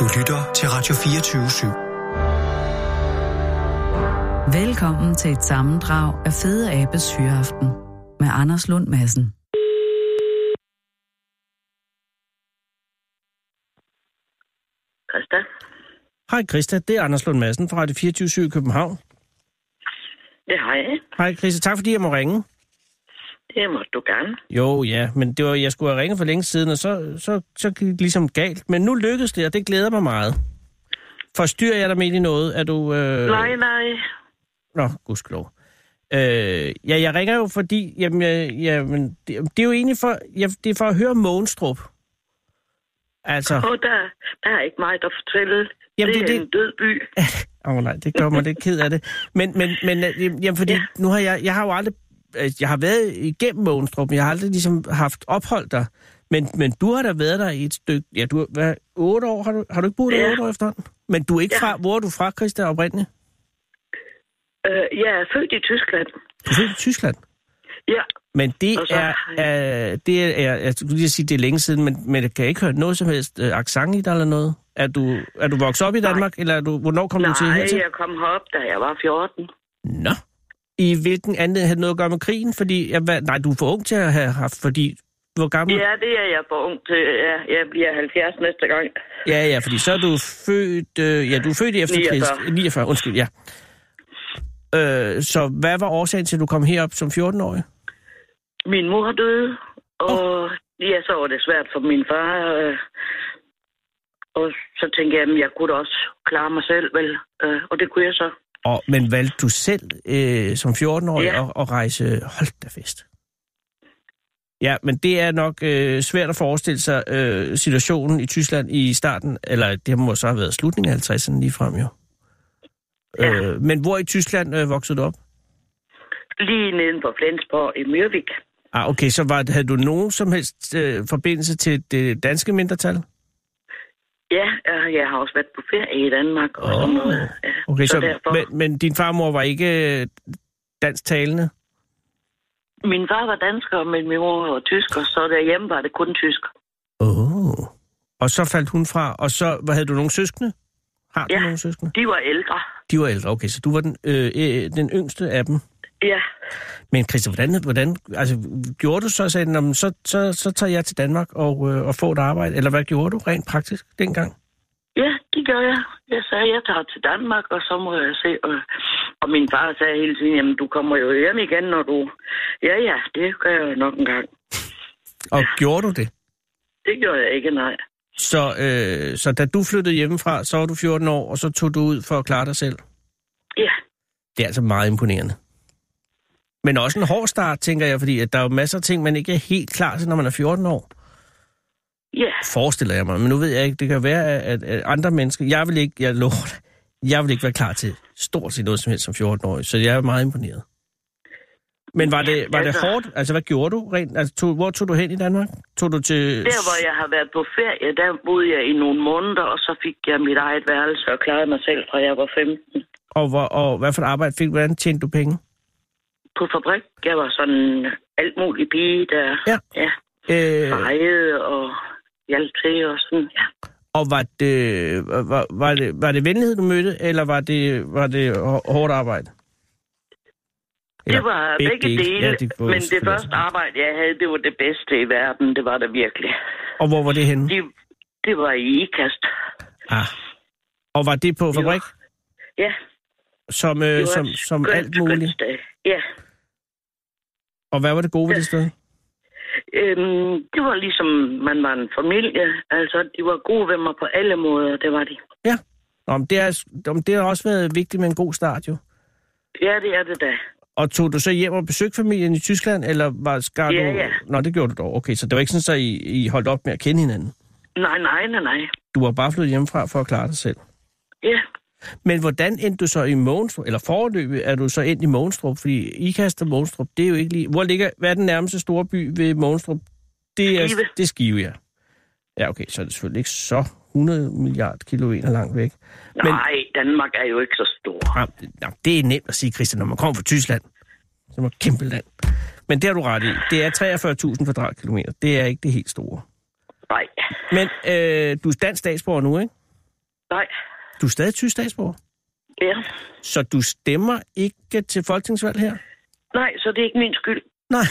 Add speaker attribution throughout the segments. Speaker 1: Du lytter til Radio 24
Speaker 2: /7. Velkommen til et sammendrag af Fede Abes Hyreaften med Anders Lund Madsen.
Speaker 3: Christa.
Speaker 4: Hej Christa, det er Anders Lund Madsen fra Radio 24 i København.
Speaker 3: Ja, hej.
Speaker 4: Hej Christa, tak fordi jeg må ringe.
Speaker 3: Det må du gerne.
Speaker 4: Jo, ja, men det var, jeg skulle have ringet for længe siden, og så, så, så gik det ligesom galt. Men nu lykkedes det, og det glæder mig meget. Forstyrrer jeg dig med i noget? Er du... Øh...
Speaker 3: Nej, nej.
Speaker 4: Nå, gudskelov. Øh, ja, jeg ringer jo, fordi... Jamen, jeg, jamen, det, det, er jo egentlig for, jeg, det er for at høre Månstrup.
Speaker 3: Altså... Åh, oh, der, der er ikke meget at fortælle. Jamen, det, det er det... en død by.
Speaker 4: Åh oh, nej, det gør mig lidt ked af det. Men, men, men øh, jamen, fordi ja. nu har jeg, jeg har jo aldrig, øh, jeg har været igennem Månstrup, men jeg har aldrig ligesom haft ophold der. Men, men du har da været der i et stykke, ja, du hvad, otte år, har du, har du ikke boet der ja. otte år efterhånden? Men du er ikke ja. fra, hvor er du fra, Christa, oprindeligt?
Speaker 3: Øh, jeg er født i Tyskland.
Speaker 4: Du er født i Tyskland?
Speaker 3: Ja.
Speaker 4: Men det så, er, er, det er, jeg skulle lige sige, det er længe siden, men, men kan jeg ikke høre noget som helst øh, accent i dig eller noget? Er du, er du vokset op i Danmark, Nej. eller er du, hvornår kom
Speaker 3: Nej,
Speaker 4: du til hertil?
Speaker 3: Nej, jeg kom herop, da jeg var 14.
Speaker 4: Nå. I hvilken anledning havde noget at gøre med krigen? Fordi, jeg, var, nej, du er for ung til at have haft, fordi... Hvor gammel?
Speaker 3: Ja, det er jeg for ung til. Ja, jeg bliver 70 næste gang.
Speaker 4: Ja, ja, fordi så er du født... Øh, ja, du er født efter 49. 49, undskyld, ja. Øh, så hvad var årsagen til, at du kom herop som 14-årig?
Speaker 3: Min mor døde, og oh. ja, så var det svært for min far. Øh, og så tænkte jeg, at jeg kunne da også klare mig selv, vel? Øh, og det kunne jeg så.
Speaker 4: Og, men valgte du selv øh, som 14-årig ja. at, at rejse holdt da fest? Ja, men det er nok øh, svært at forestille sig øh, situationen i Tyskland i starten, eller det må så have været slutningen af 50'erne ligefrem jo. Ja. Øh, men hvor i Tyskland øh, voksede du op?
Speaker 3: Lige neden for Flensborg i Myrvik.
Speaker 4: Ah, okay, så var, havde du nogen som helst øh, forbindelse til det danske mindretal?
Speaker 3: Ja, øh, jeg har også været på ferie i Danmark og oh. sådan noget. Ja,
Speaker 4: okay, så, så derfor... men, men din farmor var ikke øh, dansk talende?
Speaker 3: Min far var dansker, men min mor var tysker, så derhjemme var det kun tysk.
Speaker 4: Åh. Oh. Og så faldt hun fra, og så hvad, havde du nogle søskende? Har du
Speaker 3: ja,
Speaker 4: nogle søskende?
Speaker 3: de var ældre.
Speaker 4: De var ældre, okay, så du var den, øh, øh, den yngste af dem?
Speaker 3: Ja.
Speaker 4: Men Christian, hvordan, hvordan altså, gjorde du så, sagde den, så, så, så tager jeg til Danmark og, øh, og får et arbejde? Eller hvad gjorde du rent praktisk dengang?
Speaker 3: Ja, det gør jeg. Jeg sagde, jeg tager til Danmark, og så må jeg se. Og, og min far sagde hele tiden, jamen du kommer jo hjem igen, når du... Ja, ja, det gør jeg nok en gang.
Speaker 4: og ja. gjorde du det?
Speaker 3: Det gjorde jeg ikke, nej.
Speaker 4: Så, øh, så da du flyttede hjemmefra, så var du 14 år, og så tog du ud for at klare dig selv?
Speaker 3: Ja.
Speaker 4: Det er altså meget imponerende. Men også en hård start, tænker jeg, fordi at der er jo masser af ting, man ikke er helt klar til, når man er 14 år.
Speaker 3: Ja. Yeah.
Speaker 4: Forestiller jeg mig, men nu ved jeg ikke, det kan være, at, at andre mennesker, jeg vil ikke, jeg lover det, jeg vil ikke være klar til stort set noget som helst som 14-årig, så jeg er meget imponeret. Men var det, var altså, det hårdt? Altså, hvad gjorde du? Rent, altså, tog, hvor tog du hen i Danmark? Tog du til...
Speaker 3: Der, hvor jeg har været på ferie, der boede jeg i nogle måneder, og så fik jeg mit eget værelse og klarede mig selv, fra jeg var 15.
Speaker 4: Og, hvor, og hvad for et arbejde fik du? Hvordan tjente du penge?
Speaker 3: på fabrik. Jeg var sådan alt mulig pige, der ja. Ja, øh... fejede og hjalp til og sådan, ja.
Speaker 4: Og var det, var, var, det, var det venlighed, du mødte, eller var det, var det hårdt arbejde?
Speaker 3: Eller det var begge, begge dele, ja, det men det første arbejde, jeg havde, det var det bedste i verden. Det var det virkelig.
Speaker 4: Og hvor var det henne?
Speaker 3: Det, det var i IKAST.
Speaker 4: Ah. Og var det på fabrik?
Speaker 3: Jo. Ja.
Speaker 4: Som, øh, som, som skønt, alt muligt?
Speaker 3: Skønt, ja.
Speaker 4: Og hvad var det gode ved det sted?
Speaker 3: Øhm, det var ligesom, man var en familie. Altså, de var gode ved mig på alle måder, det var de.
Speaker 4: Ja. Nå, men det, er, det har også været vigtigt med en god start, jo.
Speaker 3: Ja, det er det da.
Speaker 4: Og tog du så hjem og besøgte familien i Tyskland, eller var skar
Speaker 3: ja,
Speaker 4: du...
Speaker 3: Ja.
Speaker 4: Nå, det gjorde du dog. Okay, så det var ikke sådan, at I, I holdt op med at kende hinanden?
Speaker 3: Nej, nej, nej, nej.
Speaker 4: Du var bare flyttet hjemmefra for at klare dig selv?
Speaker 3: Ja.
Speaker 4: Men hvordan endte du så i Månstrup, eller forløbet er du så ind i Månstrup? Fordi Ikast og Månstrup, det er jo ikke lige... Hvor ligger, hvad er den nærmeste store by ved Månstrup? Det er
Speaker 3: Skive.
Speaker 4: Det er Skive, ja. Ja, okay, så er det selvfølgelig ikke så 100 milliard kilometer langt væk.
Speaker 3: Men, Nej, Danmark er jo ikke så stor.
Speaker 4: Nej, ja, det er nemt at sige, Christian, når man kommer fra Tyskland. Så er man kæmpe land. Men det har du ret i. Det er 43.000 kvadratkilometer. Det er ikke det helt store.
Speaker 3: Nej.
Speaker 4: Men øh, du er dansk statsborger nu, ikke?
Speaker 3: Nej,
Speaker 4: Du er stadig tysk statsborger,
Speaker 3: ja.
Speaker 4: så du stemmer ikke til folketingsvalg her?
Speaker 3: Nej, så det er ikke min skyld.
Speaker 4: Nej.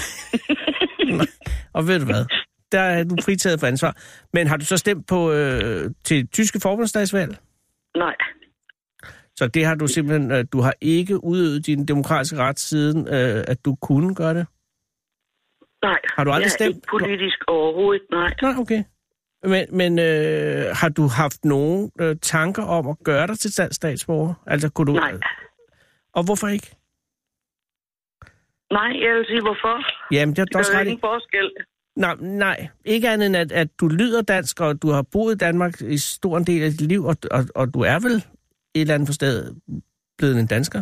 Speaker 4: Nej. Og ved du hvad? Der er du fritaget for ansvar. Men har du så stemt på øh, til tyske forbundsdagsvalg?
Speaker 3: Nej,
Speaker 4: Så det har du simpelthen, øh, du har ikke udøvet din demokratiske ret siden, øh, at du kunne gøre det?
Speaker 3: nej.
Speaker 4: Har du aldrig
Speaker 3: jeg
Speaker 4: stemt?
Speaker 3: Er ikke politisk overhovedet, nej.
Speaker 4: Nej, okay. Men, men øh, har du haft nogen øh, tanker om at gøre dig til dansk statsborger? Altså, kunne du...
Speaker 3: Nej,
Speaker 4: Og hvorfor ikke?
Speaker 3: nej jeg vil sige, hvorfor?
Speaker 4: Jamen, det er
Speaker 3: Der
Speaker 4: du også
Speaker 3: er jo
Speaker 4: ret i.
Speaker 3: ingen forskel.
Speaker 4: Nej, nej, ikke andet end, at, at du lyder dansk, og du har boet i Danmark i stor en del af dit liv, og, og, og du er vel et eller andet sted blevet en dansker.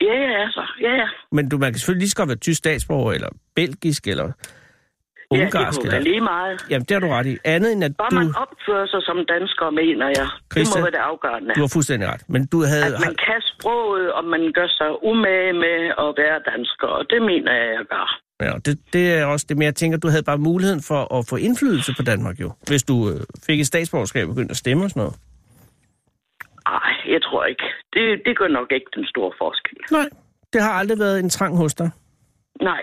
Speaker 3: Ja, ja, altså. Ja, ja.
Speaker 4: Men du, man kan selvfølgelig lige så godt være tysk statsborger, eller belgisk, eller
Speaker 3: ja
Speaker 4: ungarsk.
Speaker 3: det kunne være
Speaker 4: Ja, eller...
Speaker 3: lige meget.
Speaker 4: Jamen, det har du ret i. Andet end, at
Speaker 3: Bare
Speaker 4: du,
Speaker 3: man opfører sig som dansker, mener jeg.
Speaker 4: Christian,
Speaker 3: det må være det afgørende.
Speaker 4: du har fuldstændig ret. Men du havde...
Speaker 3: At man kan sproget, og man gør sig umage med at være dansker, og det mener jeg, jeg gør.
Speaker 4: Ja, det, det er også det, men jeg tænker, du havde bare muligheden for at få indflydelse på Danmark jo, hvis du øh, fik et statsborgerskab og begyndte at stemme og sådan noget.
Speaker 3: Nej, jeg tror ikke. Det, det gør nok ikke den store forskel.
Speaker 4: Nej, det har aldrig været en trang hos dig.
Speaker 3: Nej,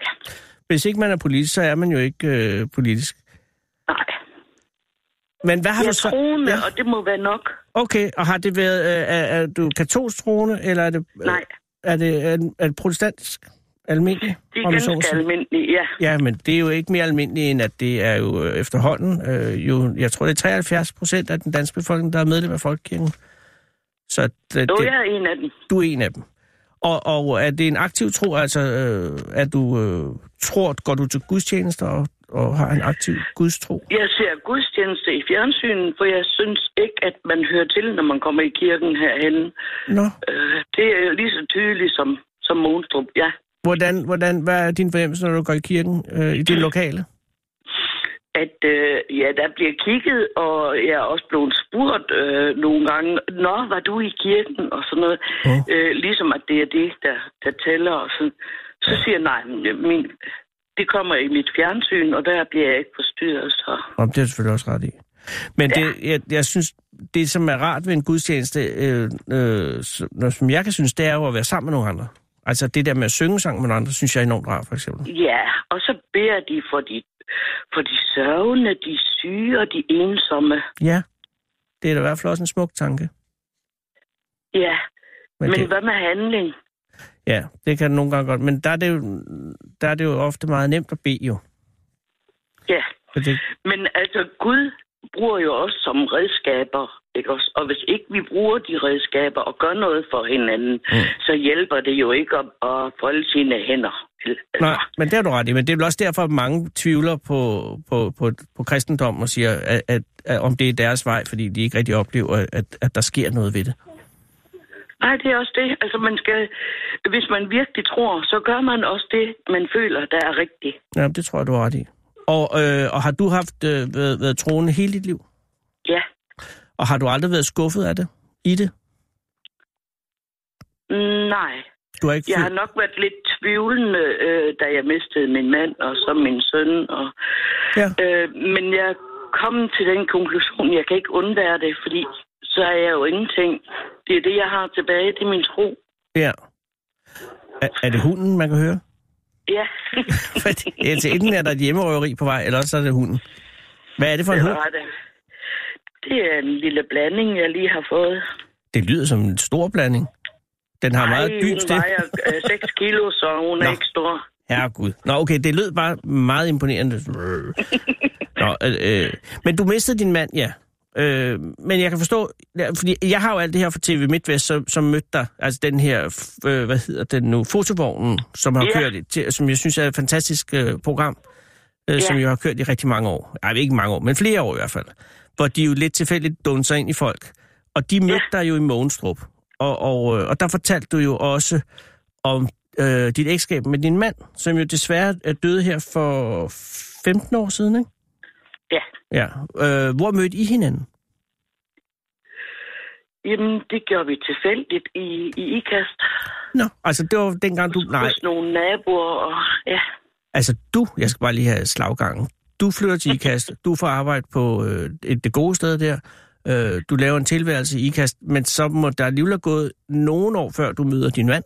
Speaker 4: Hvis ikke man er politisk, så er man jo ikke øh, politisk.
Speaker 3: nej.
Speaker 4: Men hvad har
Speaker 3: Jeg
Speaker 4: du
Speaker 3: er
Speaker 4: så...
Speaker 3: troende,
Speaker 4: Ja,
Speaker 3: og det må være nok.
Speaker 4: okay, og har det været... Øh, er, er du katolsk troende, eller er det... Øh,
Speaker 3: Nej,
Speaker 4: Er det, er, det- er det protestantisk almindelig?
Speaker 3: de er
Speaker 4: om jeg så må
Speaker 3: ganske
Speaker 4: sige?
Speaker 3: almindelige, ja.
Speaker 4: Ja, men det er jo ikke mere almindeligt, end at det er jo øh, efterhånden, øh, jo, jeg tror, det er 73 procent af den danske befolkning, der er medlem af Folkekirken. Så øh, det,
Speaker 3: Jo,
Speaker 4: det,
Speaker 3: jeg er en af dem.
Speaker 4: du er en af dem. Og, og er det en aktiv tro, altså øh, at du øh, tror, at går du til gudstjenester og, og har en aktiv gudstro?
Speaker 3: Jeg ser gudstjeneste i fjernsynet, for jeg synes ikke, at man hører til, når man kommer i kirken herhen.
Speaker 4: Nå,
Speaker 3: Øh, det er jo lige så tydeligt som, som Monstrup, ja.
Speaker 4: hvordan, hvordan, hvad er din fornemmelse, når du går i kirken øh, i det lokale?
Speaker 3: at øh, ja, der bliver kigget, og jeg er også blevet spurgt øh, nogle gange, Nå, var du i kirken? Og sådan noget.
Speaker 4: Åh.
Speaker 3: Øh, ligesom at det er det, der, der tæller. Og sådan. Så siger jeg, nej, men, øh, min, det kommer i mit fjernsyn, og der bliver jeg ikke forstyrret. Så.
Speaker 4: Om det er du selvfølgelig også ret i. Men det, jeg, jeg synes, det som er rart ved en gudstjeneste, øh, øh, som- når- som jeg kan synes, det er jo at være sammen med nogle andre. Altså det der med at synge sang med nogle andre, synes jeg er enormt rart, for eksempel.
Speaker 3: Ja, og så beder de for de, for de sørgende, de syge og de ensomme.
Speaker 4: Ja, det er da i hvert fald også en smuk tanke.
Speaker 3: Ja, men, men
Speaker 4: det,
Speaker 3: det... hvad med handling?
Speaker 4: Ja, det kan det nogle gange godt. Men der er, det jo, der er det jo ofte meget nemt at bede jo.
Speaker 3: Ja,
Speaker 4: For det,
Speaker 3: Men altså, Gud bruger jo os som redskaber, ikke også? Og hvis ikke vi bruger de redskaber og gør noget for hinanden, mm. så hjælper det jo ikke at, at folde sine hænder. vel? Altså,
Speaker 4: nej, men det har du ret i. Men det er vel også derfor, at mange tvivler på, på, på, på kristendom og siger, at, at, at, om det er deres vej, fordi de ikke rigtig oplever, at, at der sker noget ved det.
Speaker 3: Nej, det er også det. Altså, man skal, hvis man virkelig tror, så gør man også det, man føler, der er rigtigt.
Speaker 4: Ja, det tror jeg, du har ret i. Og, øh, og har du haft øh, været, været troende hele dit liv?
Speaker 3: Ja.
Speaker 4: Og har du aldrig været skuffet af det? I det?
Speaker 3: Mm, Nej.
Speaker 4: Du har ikke
Speaker 3: Jeg har
Speaker 4: følt...
Speaker 3: nok været lidt tvivlende, øh, da jeg mistede min mand og så min søn. Og,
Speaker 4: Ja.
Speaker 3: øh, men jeg kom til den konklusion, jeg kan ikke undvære det, fordi så er jeg jo ingenting. Det er det, jeg har tilbage, det er min tro.
Speaker 4: Ja. Er, er det hunden, man kan høre?
Speaker 3: Ja,
Speaker 4: Fordi, altså, enten er der et hjemmerøveri på vej, eller også er det hunden. Hvad er det for en
Speaker 3: det
Speaker 4: hund?
Speaker 3: var det. Det er en lille blanding, jeg lige har fået.
Speaker 4: Det lyder som en stor blanding. Den har meget
Speaker 3: Ej,
Speaker 4: dyb
Speaker 3: hun
Speaker 4: sted.
Speaker 3: vejer øh, 6 kilo, så hun er
Speaker 4: Nå.
Speaker 3: ikke stor.
Speaker 4: Herregud. Nå, okay, det lød bare meget imponerende. Nå, øh, øh, men du mistede din mand, ja. Øh, men jeg kan forstå, ja, fordi jeg har jo alt det her fra TV MidtVest, som, som mødte dig. Altså den her, f- øh, hvad hedder den nu, fotovognen, som har
Speaker 3: Ja.
Speaker 4: kørt, i- til, som jeg synes er et fantastisk øh, program, øh, som
Speaker 3: Ja.
Speaker 4: jo har kørt i rigtig mange år. Nej, ikke mange år, men flere år i hvert fald. Hvor de jo lidt tilfældigt dunser ind i folk. Og de mødte dig jo i Mogenstrup. Og, og, øh, og der fortalte du jo også om øh, dit ægteskab med din mand, som jo desværre er døde her for 15 år siden, ikke?
Speaker 3: Ja.
Speaker 4: Ja. Øh, hvor mødte I hinanden?
Speaker 3: Jamen, det gjorde vi tilfældigt i, i IKAST.
Speaker 4: Nå, altså det var dengang du... Nej,
Speaker 3: Hos nogle naboer, og ja.
Speaker 4: altså du, jeg skal bare lige have slaggangen. Du flytter til IKAST, du får arbejde på øh, et, det gode sted der. øh, du laver en tilværelse i ikast, men så må der alligevel gået nogle år, før du møder din mand.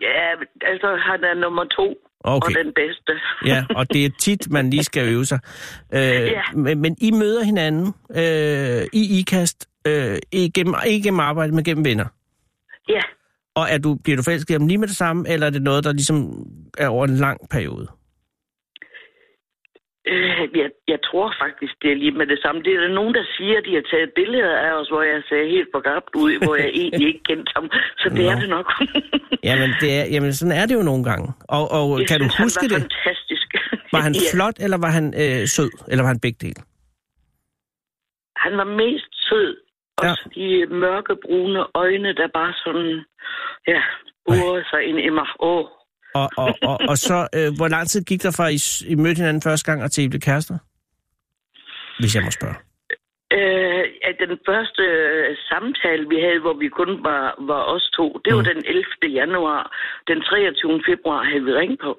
Speaker 3: Ja, altså han er nummer to.
Speaker 4: Okay.
Speaker 3: Og den bedste.
Speaker 4: ja, og det er tit, man lige skal øve sig. Øh,
Speaker 3: Ja.
Speaker 4: men, men I møder hinanden øh, i ikast, øh, ikke, gennem, ikke gennem arbejde, men gennem venner.
Speaker 3: ja,
Speaker 4: Og er du, bliver du forelsket i ham lige med det samme, eller er det noget, der ligesom er over en lang periode?
Speaker 3: øh, jeg, jeg tror faktisk, det er lige med det samme. Det er der nogen, der siger, at de har taget billeder af os, hvor jeg ser helt forgabt ud, hvor jeg egentlig ikke kendte ham. Så det
Speaker 4: Nå.
Speaker 3: er det nok.
Speaker 4: Jamen, det er, jamen sådan er det jo nogle gange. Og, og
Speaker 3: Jeg
Speaker 4: kan du
Speaker 3: synes,
Speaker 4: huske
Speaker 3: han var
Speaker 4: det?
Speaker 3: fantastisk.
Speaker 4: Var han
Speaker 3: ja,
Speaker 4: flot, eller var han øh, sød? Eller var han begge dele?
Speaker 3: han var mest sød.
Speaker 4: Ja.
Speaker 3: Også de mørke brune øjne, der bare sådan, ja, urede sig ind i mig. Åh,
Speaker 4: Og, og, og, og så, øh, hvor lang tid gik der fra, I, s- I mødte hinanden første gang, og til I blev kærester? Hvis jeg må spørge.
Speaker 3: Øh, at den første øh, samtale, vi havde, hvor vi kun var, var os to, det var
Speaker 4: Mm.
Speaker 3: den 11. januar. Den 23. februar havde vi ringet på.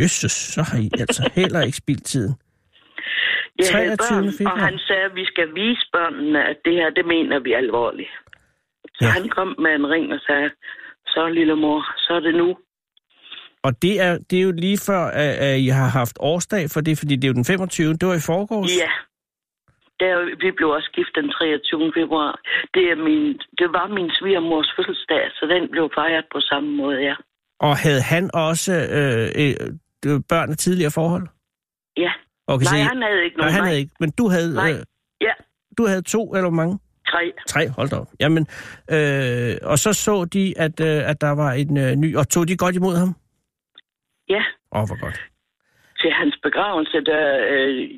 Speaker 4: Jesus, så har I altså heller ikke spildt tiden.
Speaker 3: Jeg havde
Speaker 4: 23.
Speaker 3: børn,
Speaker 4: februar.
Speaker 3: og han sagde, at vi skal vise børnene, at det her, det mener vi alvorligt. Så
Speaker 4: Ja.
Speaker 3: ja. han kom med en ring og sagde, så lille mor, så er det nu.
Speaker 4: Og det er, det er jo lige før, at, at I har haft årsdag for det, fordi det er jo den 25. Det var i forgårs.
Speaker 3: Ja. Der, vi blev også gift den 23. februar. Det, er min, det var min svigermors fødselsdag, så den blev fejret på samme måde, ja.
Speaker 4: Og havde han også øh, øh, øh, børn af tidligere forhold?
Speaker 3: Ja.
Speaker 4: Okay, så
Speaker 3: Nej,
Speaker 4: I-
Speaker 3: han havde ikke
Speaker 4: nej,
Speaker 3: nogen.
Speaker 4: han havde ikke. Men du havde,
Speaker 3: Nej.
Speaker 4: øh,
Speaker 3: Ja,
Speaker 4: du havde to, eller hvor mange?
Speaker 3: tre.
Speaker 4: Tre, hold da op. Jamen, øh, og så så de, at, øh, at der var en øh, ny, og tog de godt imod ham?
Speaker 3: Ja,
Speaker 4: Åh, oh, hvor godt.
Speaker 3: til hans begravelse, der øh,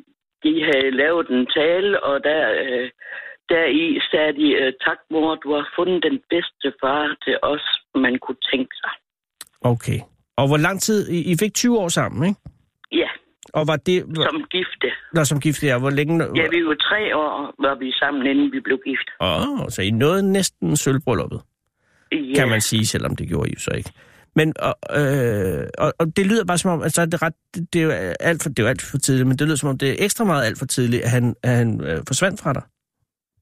Speaker 3: de havde lavet en tale, og der, øh, der i sagde de, øh, tak mor, du har fundet den bedste far til os, man kunne tænke sig.
Speaker 4: Okay. Og hvor lang tid, I, I fik 20 år sammen, ikke?
Speaker 3: Ja,
Speaker 4: Og var det,
Speaker 3: som gifte.
Speaker 4: når som gift jer, hvor længe?
Speaker 3: Ja, vi var tre år, var vi sammen, inden vi blev gift.
Speaker 4: Åh, oh, så I nåede næsten sølvbrylluppet,
Speaker 3: Ja,
Speaker 4: kan man sige, selvom det gjorde I jo så ikke. Men og, øh, og, og det lyder bare som om, altså det er, ret, det, det er jo alt for, det er jo alt for tidligt, men det lyder som om, det er ekstra meget alt for tidligt, at han, at han øh, forsvandt fra dig.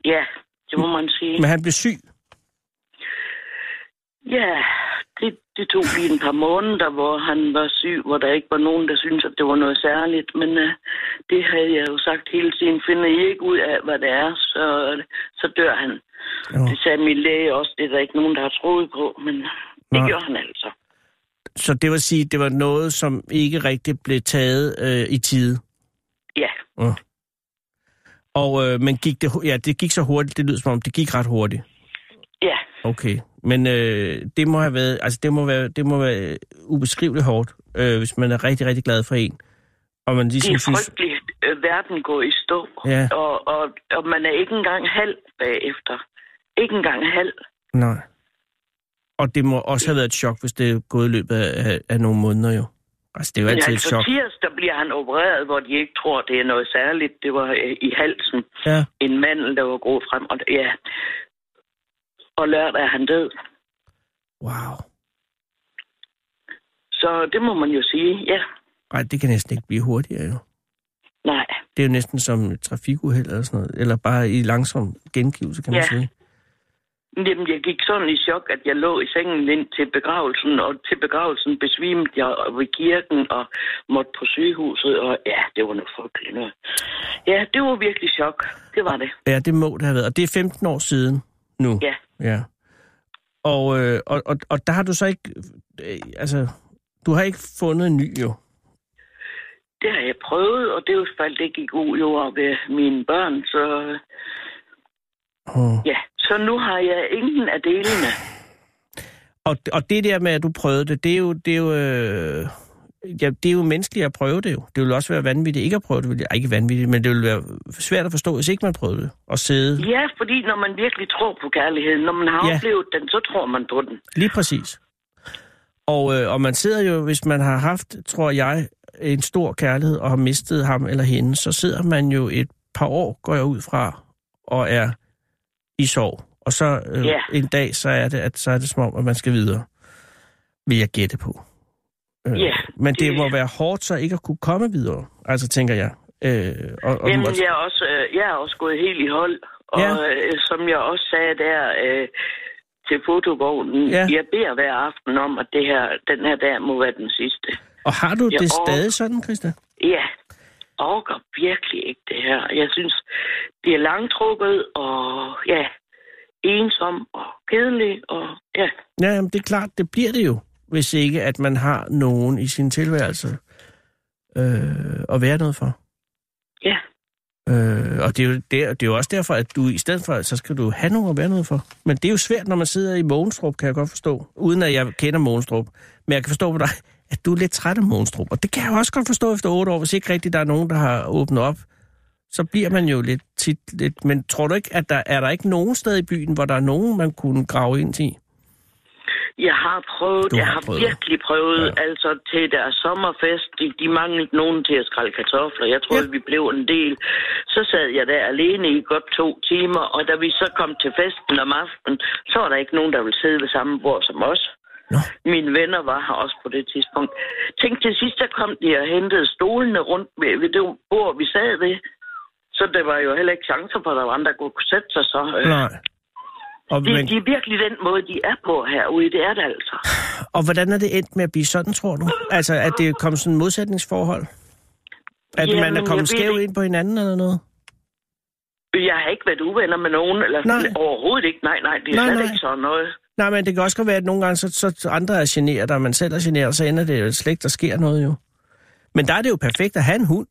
Speaker 3: ja det må man sige.
Speaker 4: Men han blev syg.
Speaker 3: Ja, det, det tog lige en par måneder, hvor han var syg, hvor der ikke var nogen, der syntes, at det var noget særligt. Men uh, det havde jeg jo sagt hele tiden. Finder I ikke ud af, hvad det er, så, så dør han.
Speaker 4: Nå.
Speaker 3: Det sagde min læge også. Det er der ikke nogen, der har troet på, men det
Speaker 4: Nej.
Speaker 3: gjorde han altså.
Speaker 4: Så det vil sige, det var noget, som ikke rigtig blev taget øh, i tide.
Speaker 3: Ja,
Speaker 4: Og, øh, men gik det, hu- ja, det gik så hurtigt, det lyder som om, det gik ret hurtigt.
Speaker 3: ja,
Speaker 4: Okay, men øh, det må have været, altså det må være, det må være øh, ubeskriveligt hårdt, øh, hvis man er rigtig, rigtig glad for en. Og man
Speaker 3: det
Speaker 4: ligesom
Speaker 3: er
Speaker 4: synes,
Speaker 3: frygteligt. Øh, Verden går i stå,
Speaker 4: Ja.
Speaker 3: og, og, og man er ikke engang halv bagefter. Ikke engang halv.
Speaker 4: nej. Og det må også have været et chok, hvis det er gået i løbet af, af, af nogle måneder jo. Altså det er jo altid et
Speaker 3: altså,
Speaker 4: chok.
Speaker 3: tirsdag bliver han opereret, hvor de ikke tror, det er noget særligt. Det var øh, i halsen.
Speaker 4: Ja.
Speaker 3: En mandel, der var grå frem. Og, ja. og lørdag er han død.
Speaker 4: Wow.
Speaker 3: Så det må man jo sige, ja.
Speaker 4: Ej, det kan næsten ikke blive hurtigere jo.
Speaker 3: Nej,
Speaker 4: Det er jo næsten som et trafikuheld eller sådan noget, eller bare i langsom gengivelse, kan man
Speaker 3: Ja.
Speaker 4: sige.
Speaker 3: Jamen, jeg gik sådan i chok, at jeg lå i sengen ind til begravelsen, og til begravelsen besvimte jeg ved kirken og måtte på sygehuset, og ja, det var noget frygteligt noget. Ja, det var virkelig chok. Det var det.
Speaker 4: Ja, det må det have været. Og det er 15 år siden nu.
Speaker 3: Ja.
Speaker 4: ja. Og, øh, og, og, og der har du så ikke... Øh, altså, du har ikke fundet en ny, jo.
Speaker 3: Det har jeg prøvet, og det faldt ikke i god jord ved mine børn, så
Speaker 4: Oh.
Speaker 3: Ja, så nu har jeg ingen af delene.
Speaker 4: Og, og det der med, at du prøvede det, det er jo... Det er jo øh, Ja, det er jo menneskeligt at prøve det jo. Det ville også være vanvittigt ikke at prøve det. Ej, ikke vanvittigt, men det ville være svært at forstå, hvis ikke man prøvede det. Og sidde
Speaker 3: Ja, fordi når man virkelig tror på kærligheden, når man har
Speaker 4: Ja.
Speaker 3: ja. oplevet den, så tror man på den.
Speaker 4: Lige præcis. Og, øh, og man sidder jo, hvis man har haft, tror jeg, en stor kærlighed og har mistet ham eller hende, så sidder man jo et par år, går jeg ud fra, og er i sorg. Og så øh,
Speaker 3: Ja.
Speaker 4: en dag, så er, det, at, så er det som om, at man skal videre. Vil jeg gætte på. Øh,
Speaker 3: Ja,
Speaker 4: men det,
Speaker 3: det-
Speaker 4: må være hårdt så ikke at kunne komme videre, altså tænker jeg. Øh, og, og,
Speaker 3: Jamen, jeg er, også, øh, jeg er også gået helt i hold. Og
Speaker 4: Ja.
Speaker 3: øh, som jeg også sagde der øh, til fotovognen,
Speaker 4: Ja.
Speaker 3: ja. jeg beder hver aften om, at det her, den her dag må være den sidste.
Speaker 4: og har du
Speaker 3: jeg
Speaker 4: det
Speaker 3: orker-
Speaker 4: stadig sådan, Christa?
Speaker 3: Ja, orker virkelig ikke det her. Jeg synes, det er langtrukket og ja, ensom og kedelig. Og, ja.
Speaker 4: Ja, jamen, det er klart, det bliver det jo, hvis ikke at man har nogen i sin tilværelse øh, at være noget for.
Speaker 3: Ja.
Speaker 4: Øh, og det er, jo der, det er jo også derfor, at du i stedet for, så skal du have nogen at være noget for. Men det er jo svært, når man sidder i Mogenstrup, kan jeg godt forstå, uden at jeg kender Mogenstrup. Men jeg kan forstå på dig, at du er lidt træt af Mogenstrup. Og det kan jeg jo også godt forstå efter otte år, hvis ikke rigtig der er nogen, der har åbnet op. Så bliver man jo lidt tit lidt... Men tror du ikke, at der er der ikke nogen sted i byen, hvor der er nogen, man kunne grave ind i?
Speaker 3: Jeg har prøvet,
Speaker 4: Du
Speaker 3: jeg
Speaker 4: har
Speaker 3: har
Speaker 4: prøvet.
Speaker 3: virkelig prøvet,
Speaker 4: Ja.
Speaker 3: ja. altså til deres sommerfest, de, de manglede nogen til at skrælle kartofler, jeg troede,
Speaker 4: Ja.
Speaker 3: ja. vi blev en del. Så sad jeg der alene i godt to timer, og da vi så kom til festen om aftenen, så var der ikke nogen, der ville sidde ved samme bord som os.
Speaker 4: Nå.
Speaker 3: Mine venner var her også på det tidspunkt. Tænk, til sidst der kom de og hentede stolene rundt ved, ved det bord, vi sad ved. Så der var jo heller ikke chancer for, at der var andre, der kunne sætte sig så. øh.
Speaker 4: Nej. Og,
Speaker 3: Det,
Speaker 4: men,
Speaker 3: det er virkelig den måde, de er på herude. Det er det altså.
Speaker 4: og hvordan er det endt med at blive sådan, tror du? Altså, at det er kommet sådan et modsætningsforhold? At Jamen, man
Speaker 3: Jamen,
Speaker 4: er
Speaker 3: jeg
Speaker 4: kommet
Speaker 3: ved
Speaker 4: skæv
Speaker 3: ikke.
Speaker 4: ind på hinanden eller noget?
Speaker 3: Jeg har ikke været uvenner med nogen, eller
Speaker 4: Nej.
Speaker 3: nej. overhovedet ikke. Nej, nej, det er nej,
Speaker 4: Nej,
Speaker 3: slet
Speaker 4: nej.
Speaker 3: nej. ikke sådan noget.
Speaker 4: Nej, men det kan også godt være, at nogle gange, så, så andre er generet, og man selv er generet, så ender det jo slet ikke, der sker noget jo. Men der er det jo perfekt at have en hund,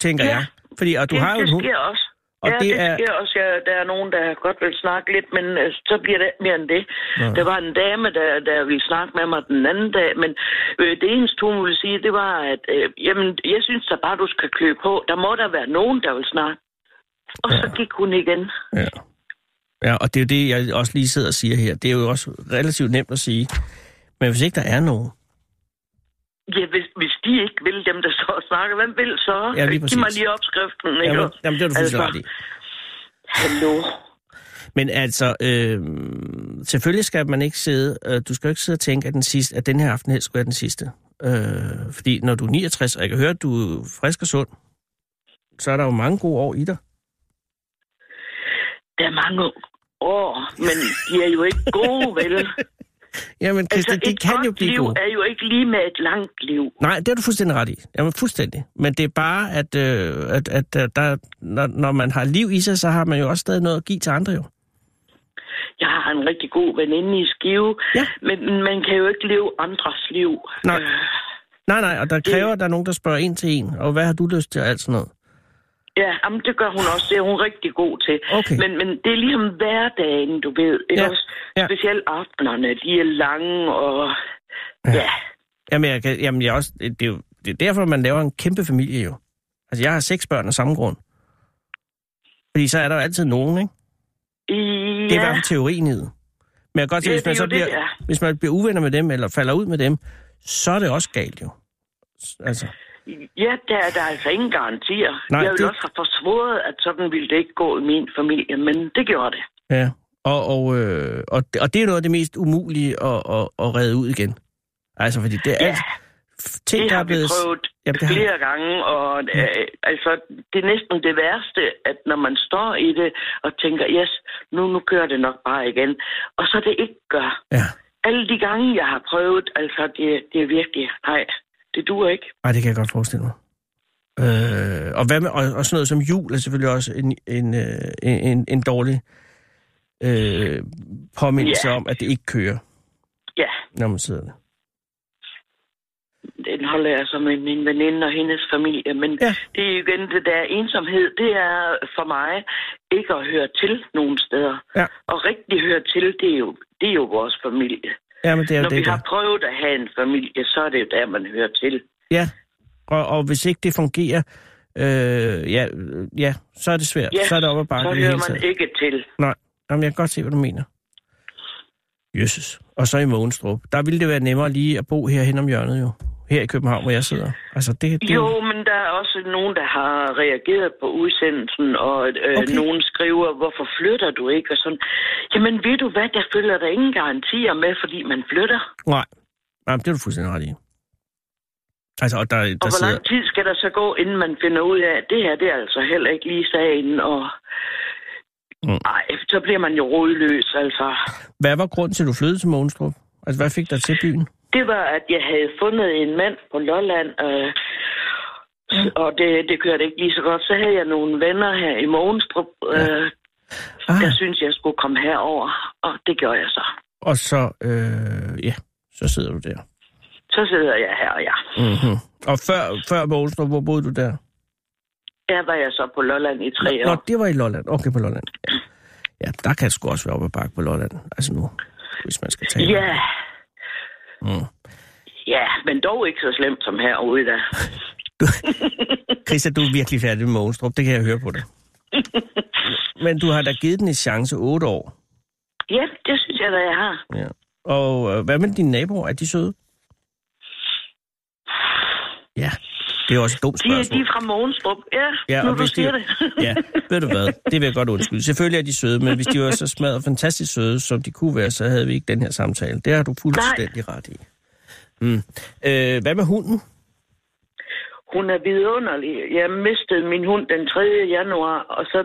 Speaker 4: tænker
Speaker 3: Ja.
Speaker 4: jeg. Fordi, og du
Speaker 3: det,
Speaker 4: har jo
Speaker 3: det
Speaker 4: en hund.
Speaker 3: sker også.
Speaker 4: Og
Speaker 3: Og ja,
Speaker 4: det
Speaker 3: det, det
Speaker 4: er-
Speaker 3: er... sker også. Ja, der er nogen, der godt vil snakke lidt, men øh, så bliver det ikke mere end det.
Speaker 4: Nej.
Speaker 3: Nej. Der var en dame, der, der ville snakke med mig den anden dag, men øh, det eneste, hun ville sige, det var, at øh, jamen, jeg synes da bare, du skal klø på. Der må der være nogen, der vil snakke. Og så gik hun igen.
Speaker 4: Ja. ja, og det er jo det, jeg også lige sidder og siger her. Det er jo også relativt nemt at sige. Men hvis ikke der er nogen,
Speaker 3: Ja, hvis, hvis de ikke vil, dem der står og snakker, hvem vil så?
Speaker 4: Ja, lige
Speaker 3: Giv mig
Speaker 4: præcis.
Speaker 3: lige opskriften. ikke
Speaker 4: jamen,
Speaker 3: også?
Speaker 4: jamen, det er du fuldstændig ret i.
Speaker 3: Hallo.
Speaker 4: Men altså, øh, selvfølgelig skal man ikke sidde, øh, du skal jo ikke sidde og tænke, at den, sidste, at den her aften helst skulle være den sidste. Øh, fordi når du er 69, og jeg kan høre, at du er frisk og sund, så er der jo mange gode år i dig.
Speaker 3: Der er mange år, men de er jo ikke gode, vel?
Speaker 4: Jamen, Christian, altså, de
Speaker 3: et
Speaker 4: kan jo
Speaker 3: godt
Speaker 4: blive
Speaker 3: liv
Speaker 4: gode.
Speaker 3: er jo ikke lige med et langt liv.
Speaker 4: Nej, det er du fuldstændig ret i. Jamen, fuldstændig. Men det er bare, at, øh, at, at øh, der, når, når man har liv i sig, så har man jo også stadig noget at give til andre jo.
Speaker 3: Jeg har en rigtig god veninde i Skive,
Speaker 4: Ja.
Speaker 3: men man kan jo ikke leve andres liv.
Speaker 4: Nej.
Speaker 3: Øh,
Speaker 4: Nej, nej, og der kræver, at der er nogen, der spørger en til en, og hvad har du lyst til og alt sådan noget.
Speaker 3: Ja, jamen, det gør hun også. Det er hun rigtig god til.
Speaker 4: Okay.
Speaker 3: Men, men det er ligesom hverdagen, du ved. Ikke
Speaker 4: Ja,
Speaker 3: også?
Speaker 4: ja.
Speaker 3: Specielt aftenerne, de er lange, og ja, ja,
Speaker 4: Jamen, jeg kan, jamen jeg er også, det, det, er jo, det er derfor, man laver en kæmpe familie jo. Altså, jeg har seks børn af samme grund. Fordi så er der jo altid nogen, ikke? Det er i hvert fald teorien i det. Men jeg kan godt se,
Speaker 3: Ja,
Speaker 4: hvis
Speaker 3: det
Speaker 4: man,
Speaker 3: er
Speaker 4: så
Speaker 3: jo det,
Speaker 4: bliver,
Speaker 3: ja.
Speaker 4: hvis man bliver uvenner med dem, eller falder ud med dem, så er det også galt jo. Altså,
Speaker 3: ja der, er der er altså ingen garantier.
Speaker 4: Nej,
Speaker 3: jeg ville
Speaker 4: det-
Speaker 3: også have forsvoret, at sådan ville det ikke gå i min familie, men det gjorde det.
Speaker 4: ja. Og, og, øh, og, og det er noget af det mest umulige at, at, at redde ud igen. Altså, fordi det er alt... Ting,
Speaker 3: Det
Speaker 4: der
Speaker 3: har
Speaker 4: er
Speaker 3: vi
Speaker 4: blevet...
Speaker 3: prøvet
Speaker 4: Jamen, det har- Mm.
Speaker 3: flere gange, og øh, altså, det er næsten det værste, at når man står i det og tænker, yes, nu, nu kører det nok bare igen, og så det ikke gør.
Speaker 4: Ja.
Speaker 3: Alle de gange, jeg har prøvet, altså, det, det er virkelig, nej, det duer ikke.
Speaker 4: Nej, det kan jeg godt forestille mig. Øh, og, hvad med, og, og sådan noget som jul er selvfølgelig også en, en, øh, en, en, en dårlig øh, påmindelse
Speaker 3: Ja.
Speaker 4: om, at det ikke kører,
Speaker 3: Ja,
Speaker 4: når man sidder der.
Speaker 3: den holder jeg som en, en veninde og hendes familie, men
Speaker 4: Ja.
Speaker 3: ja. det er igen det der ensomhed, det er for mig ikke at høre til nogen steder.
Speaker 4: Ja.
Speaker 3: Og rigtig høre til, det er jo, det er jo vores familie.
Speaker 4: Ja, men det er jo
Speaker 3: Når vi
Speaker 4: det der.
Speaker 3: har prøvet at have en familie, så er det jo der, man hører til.
Speaker 4: Ja. Og, og hvis ikke det fungerer, øh, ja, øh, ja, så er det svært.
Speaker 3: Ja,
Speaker 4: så er det op ad
Speaker 3: så
Speaker 4: bakke i det
Speaker 3: hører
Speaker 4: hele
Speaker 3: man
Speaker 4: taget.
Speaker 3: ikke til.
Speaker 4: Nej, Jamen, jeg kan godt se, hvad du mener. Jesus. Og så i Mogenstrup. Der ville det være nemmere lige at bo herhen om hjørnet jo. Her i København, hvor jeg sidder. Altså, det, det,
Speaker 3: Jo, men der er også nogen, der har reageret på udsendelsen, og øh,
Speaker 4: Okay.
Speaker 3: okay. nogen skriver, hvorfor flytter du ikke? Og sådan. Jamen ved du hvad, der følger der ingen garantier med, fordi man flytter.
Speaker 4: Nej. Nej, men det er du fuldstændig ret i. Altså, og der, der
Speaker 3: Og hvor
Speaker 4: sidder...
Speaker 3: lang tid skal der så gå, inden man finder ud af, at det her, det er altså heller ikke lige sagen, og...
Speaker 4: Mm.
Speaker 3: Nej, så bliver man jo rodløs, altså.
Speaker 4: Hvad var grunden til, at du flyttede til Månstrup? Altså, hvad fik dig til byen?
Speaker 3: Det var, at jeg havde fundet en mand på Lolland, øh, s- og det, det kørte ikke lige så godt. Så havde jeg nogle venner her i Mogenstrup, øh,
Speaker 4: Ah,
Speaker 3: der syntes, jeg skulle komme herover, og det gjorde jeg så.
Speaker 4: og så, øh, ja, så sidder du der.
Speaker 3: Så sidder jeg her, og ja.
Speaker 4: Mm-hmm. Og før, før Månstrup, hvor boede du der?
Speaker 3: Der var jeg så på Lolland i tre
Speaker 4: Nå,
Speaker 3: år.
Speaker 4: det var i Lolland. Okay, på Lolland. Ja, ja der kan sgu også være oppe ad bakke på Lolland. Altså nu, hvis man skal tale.
Speaker 3: Ja,
Speaker 4: Mm.
Speaker 3: ja, men dog ikke så slemt som herude, da.
Speaker 4: Christa, du er virkelig færdig med Månstrup. Det kan jeg høre på dig. Men du har da givet den en chance otte år.
Speaker 3: Ja, det synes jeg da, jeg har.
Speaker 4: Ja. Og øh, hvad med dine naboer? Er de søde? Ja, det er også et dumt
Speaker 3: De, de
Speaker 4: spørgsmål.
Speaker 3: er fra Mogenstrup. Ja,
Speaker 4: Ja,
Speaker 3: ja nu
Speaker 4: og
Speaker 3: du
Speaker 4: hvis de-
Speaker 3: siger det.
Speaker 4: Ja, ved du hvad? Det vil jeg godt undskylde. Selvfølgelig er de søde, men hvis de var så smadret fantastisk søde, som de kunne være, så havde vi ikke den her samtale. Det har du fuldstændig ret i. Mm. Øh, hvad med hunden?
Speaker 3: Hun er vidunderlig. Jeg mistede min hund den 3. januar, og så